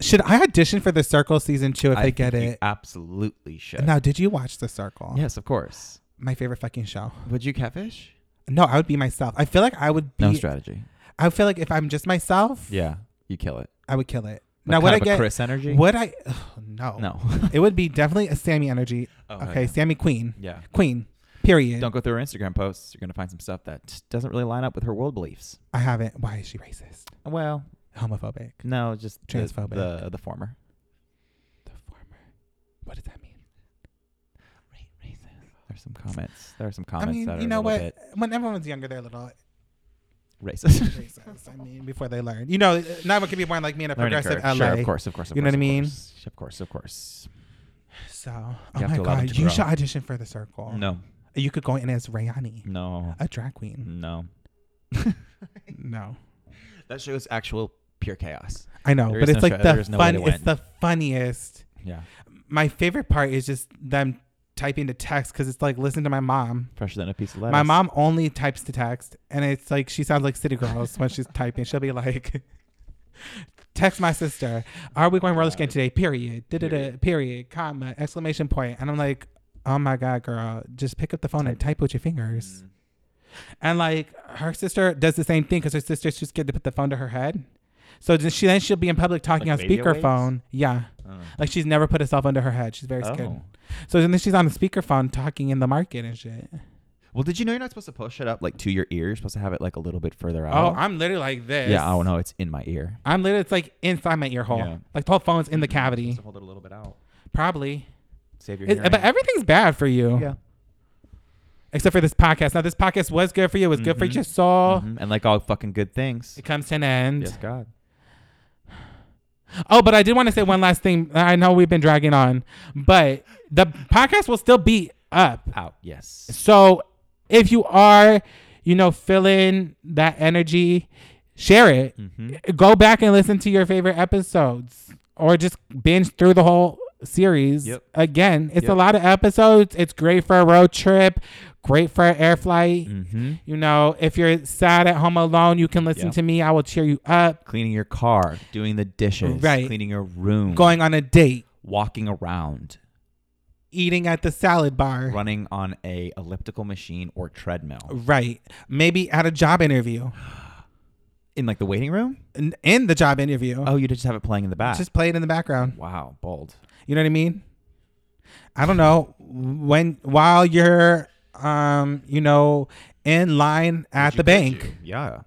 S1: Should I audition for The Circle season two if I, get
S2: think you
S1: it?
S2: absolutely should.
S1: Now, did you watch The Circle?
S2: yes, of course.
S1: My favorite fucking show.
S2: Would you catfish?
S1: No, I would be myself. I feel like I would be.
S2: No strategy.
S1: I feel like if I'm just myself,
S2: Yeah, you kill it.
S1: I would kill it.
S2: Like
S1: now, would
S2: kind
S1: I
S2: of a
S1: get?
S2: Chris energy?
S1: Would I? Oh, no.
S2: No.
S1: It would be definitely a Sammy energy.
S2: Oh,
S1: okay,
S2: yeah.
S1: Sammy Queen.
S2: Yeah.
S1: Queen. Period.
S2: Don't go through her Instagram posts. You're gonna find some stuff that just doesn't really line up with her world beliefs.
S1: I haven't. Why is she racist?
S2: Well,
S1: Homophobic.
S2: no, just the-
S1: Transphobic.
S2: The, the former.
S1: The former. What does that mean?
S2: There's some comments. There are some
S1: I
S2: comments
S1: mean,
S2: that are
S1: you
S2: a
S1: know
S2: little
S1: what?
S2: bit
S1: When everyone's younger, they're a little
S2: racist.
S1: racist. I mean, before they learn. You know, not one can be born like me in a
S2: Learning
S1: progressive LA.
S2: curve. Sure, of course, of course. Of
S1: You know what I
S2: course, of
S1: mean?
S2: course. Of course, of course.
S1: So, oh
S2: have
S1: my
S2: to allow them
S1: God,
S2: to
S1: you
S2: grow.
S1: should audition for The Circle.
S2: No,
S1: You could go in as Rayani,
S2: no,
S1: a drag queen.
S2: no.
S1: No.
S2: That show is actual pure chaos.
S1: I know,
S2: There
S1: but
S2: is
S1: it's
S2: no
S1: like
S2: show- there
S1: the
S2: is no way
S1: fun.
S2: to
S1: It's
S2: win.
S1: the funniest.
S2: Yeah,
S1: My favorite part is just them typing to text because it's like listen to my mom.
S2: fresher than a piece of lettuce.
S1: My mom only types to text, and it's like she sounds like City Girls when she's typing. She'll be like, "Text my sister. Are we going roller skating today? Period. Da da da. Period. Comma. Exclamation point." And I'm like, "Oh my god, girl, just pick up the phone and type with your
S2: Mm.
S1: fingers." And like her sister does the same thing because her sister's too scared to put the phone to her head. So then she then she'll be in public talking
S2: Like
S1: on
S2: radio waves?
S1: speakerphone. Yeah,
S2: Oh.
S1: like she's never put a cell phone to her head. She's very scared.
S2: Oh.
S1: So then she's on the speakerphone talking in the market and shit.
S2: Well, did you know you're not supposed to push it up like to your ear? You're supposed to have it like a little bit further
S1: Oh,
S2: out.
S1: I'm literally like this.
S2: yeah. Oh no, it's in my ear.
S1: I'm literally it's like inside my ear hole.
S2: Yeah.
S1: Like the whole phone's in the
S2: Mhm. Supposed
S1: cavity.
S2: to hold it a little bit out.
S1: Probably.
S2: Save your.
S1: It- but
S2: hearing.
S1: everything's bad for you.
S2: yeah.
S1: Except for this podcast. Now this podcast was good for you. It was good for
S2: Mhm.
S1: your soul.
S2: Mhm. And like all fucking good things.
S1: It comes to an end.
S2: Yes, God.
S1: Oh, but I did want to say one last thing. I know we've been dragging on, but the podcast will still be up.
S2: Out. Yes.
S1: So if you are, you know, feeling that energy, share it.
S2: Mm-hmm.
S1: Go back and listen to your favorite episodes or just binge through the whole series.
S2: Yep.
S1: Again, it's a
S2: Yep.
S1: lot of episodes. It's great for a road trip, great for an air flight.
S2: Mm-hmm.
S1: You know, if you're sad at home alone, you can listen
S2: Yeah.
S1: to me. I will cheer you up.
S2: Cleaning your car, doing the dishes,
S1: Right.
S2: Cleaning your room,
S1: Going on a date,
S2: walking around,
S1: eating at the salad bar.
S2: running on a elliptical machine or treadmill
S1: Right. Maybe at a job interview.
S2: in like the waiting room.
S1: N- In the job interview.
S2: Oh, you just have it playing in the back.
S1: Just play it in the background.
S2: wow, bold.
S1: You know what I mean? I don't know. When while you're um, you know, in line at the bank.
S2: Yeah.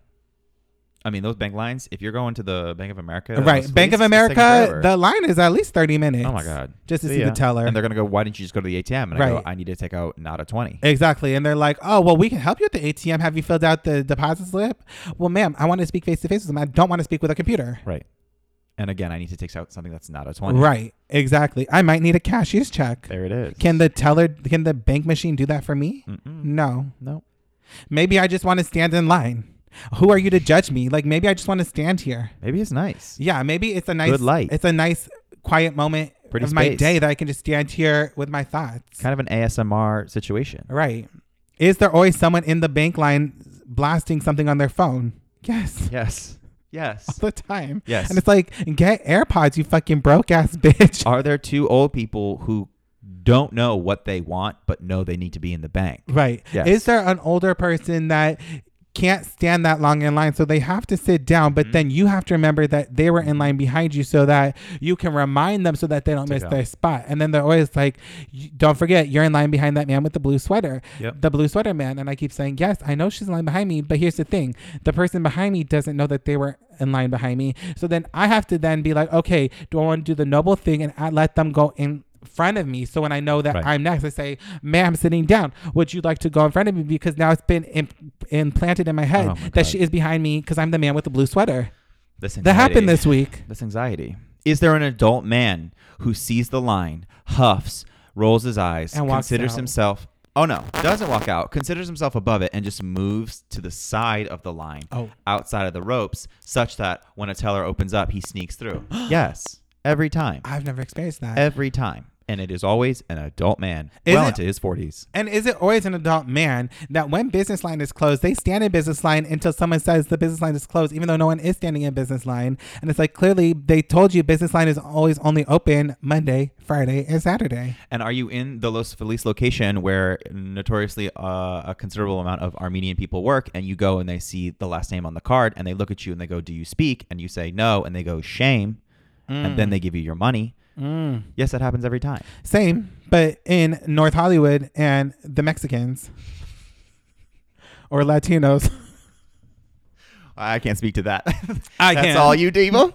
S2: I mean, those bank lines. If you're going to the Bank of America,
S1: Right.
S2: those
S1: Bank of
S2: suites, it's taking
S1: America,
S2: forever.
S1: the line is at least thirty minutes.
S2: oh my god,
S1: Just to see
S2: ya.
S1: the teller.
S2: and they're gonna go. Why didn't you just go to the ATM? And I go,
S1: Right.
S2: I need to take out not a twenty.
S1: Exactly. And they're like, oh, well, we can help you at the ATM. Have you filled out the deposit slip? Well, ma'am, I want to speak face to face with them. I don't want to speak with a computer.
S2: Right. And again, I need to take out something that's not a twenty.
S1: Right. Exactly. I might need a cashier's check.
S2: There it is.
S1: Can the teller, can the bank machine do that for me?
S2: Mm-mm.
S1: No.
S2: No.
S1: Maybe I just want to stand in line. Who are you to judge me? Like maybe I just want to stand here.
S2: Maybe it's nice.
S1: Yeah, maybe it's a nice
S2: Good light.
S1: It's a nice quiet moment
S2: Pretty
S1: of my
S2: space.
S1: day that I can just stand here with my thoughts.
S2: Kind of an ASMR situation.
S1: right. Is there always someone in the bank line blasting something on their phone? Yes.
S2: Yes.
S1: All
S2: Yes.
S1: the time.
S2: Yes.
S1: And it's like, get AirPods, you fucking broke ass bitch.
S2: Are there two old people who don't know what they want but know they need to be in the bank?
S1: Right.
S2: Yes.
S1: Is there an older person that can't stand that long in line? So they have to sit down, but then you have to remember that they were in line behind you so that you can remind them so that they don't
S2: To
S1: miss
S2: go.
S1: their spot. And then they're always like, "You- don't forget, you're in line behind that man with the blue sweater,
S2: Yep.
S1: the blue sweater man. And I keep saying, yes, I know she's in line behind me, but here's the thing the person behind me doesn't know that they were in line behind me. So then I have to then be like, okay, do I want to do the noble thing and I let them go in front of me? So when I know that
S2: Right.
S1: I'm next, I say, ma'am, sitting down, would you like to go in front of me? Because now it's been imp- implanted in my head
S2: Oh my
S1: that
S2: God.
S1: she is behind me because I'm the man with the blue sweater.
S2: This
S1: That happened
S2: anxiety.
S1: this week.
S2: That's anxiety. Is there an adult man who sees the line, huffs, rolls his eyes,
S1: And walks
S2: considers
S1: out.
S2: himself? Oh no, doesn't walk out. Considers himself above it and just moves to the side of the line,
S1: Oh.
S2: outside of the ropes, such that when a teller opens up, he sneaks through. yes, every time,
S1: I've never experienced that.
S2: every time, and it is always an adult man,
S1: Is
S2: well
S1: it-
S2: into his forties.
S1: And is it always an adult man that when business line is closed, they stand in business line until someone says the business line is closed, even though no one is standing in business line? And it's like clearly they told you business line is always only open Monday, Friday, and Saturday.
S2: And are you in the Los Feliz location where notoriously uh, a considerable amount of Armenian people work? And you go and they see the last name on the card and they look at you and they go, Do you speak? And you say, No. And they go, Shame. And then they give you your money. Yes, that happens every time.
S1: Same, but in North Hollywood and the Mexicans or Latinos.
S2: I can't speak to that.
S1: I
S2: That's
S1: can.
S2: all you, Diva.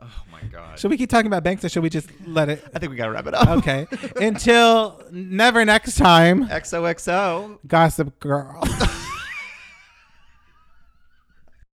S5: Oh my god.
S1: Should we keep talking about banks or should we just let it?
S2: I think we got to wrap it up.
S1: Okay. Until never next time,
S2: XOXO.
S1: Gossip Girl.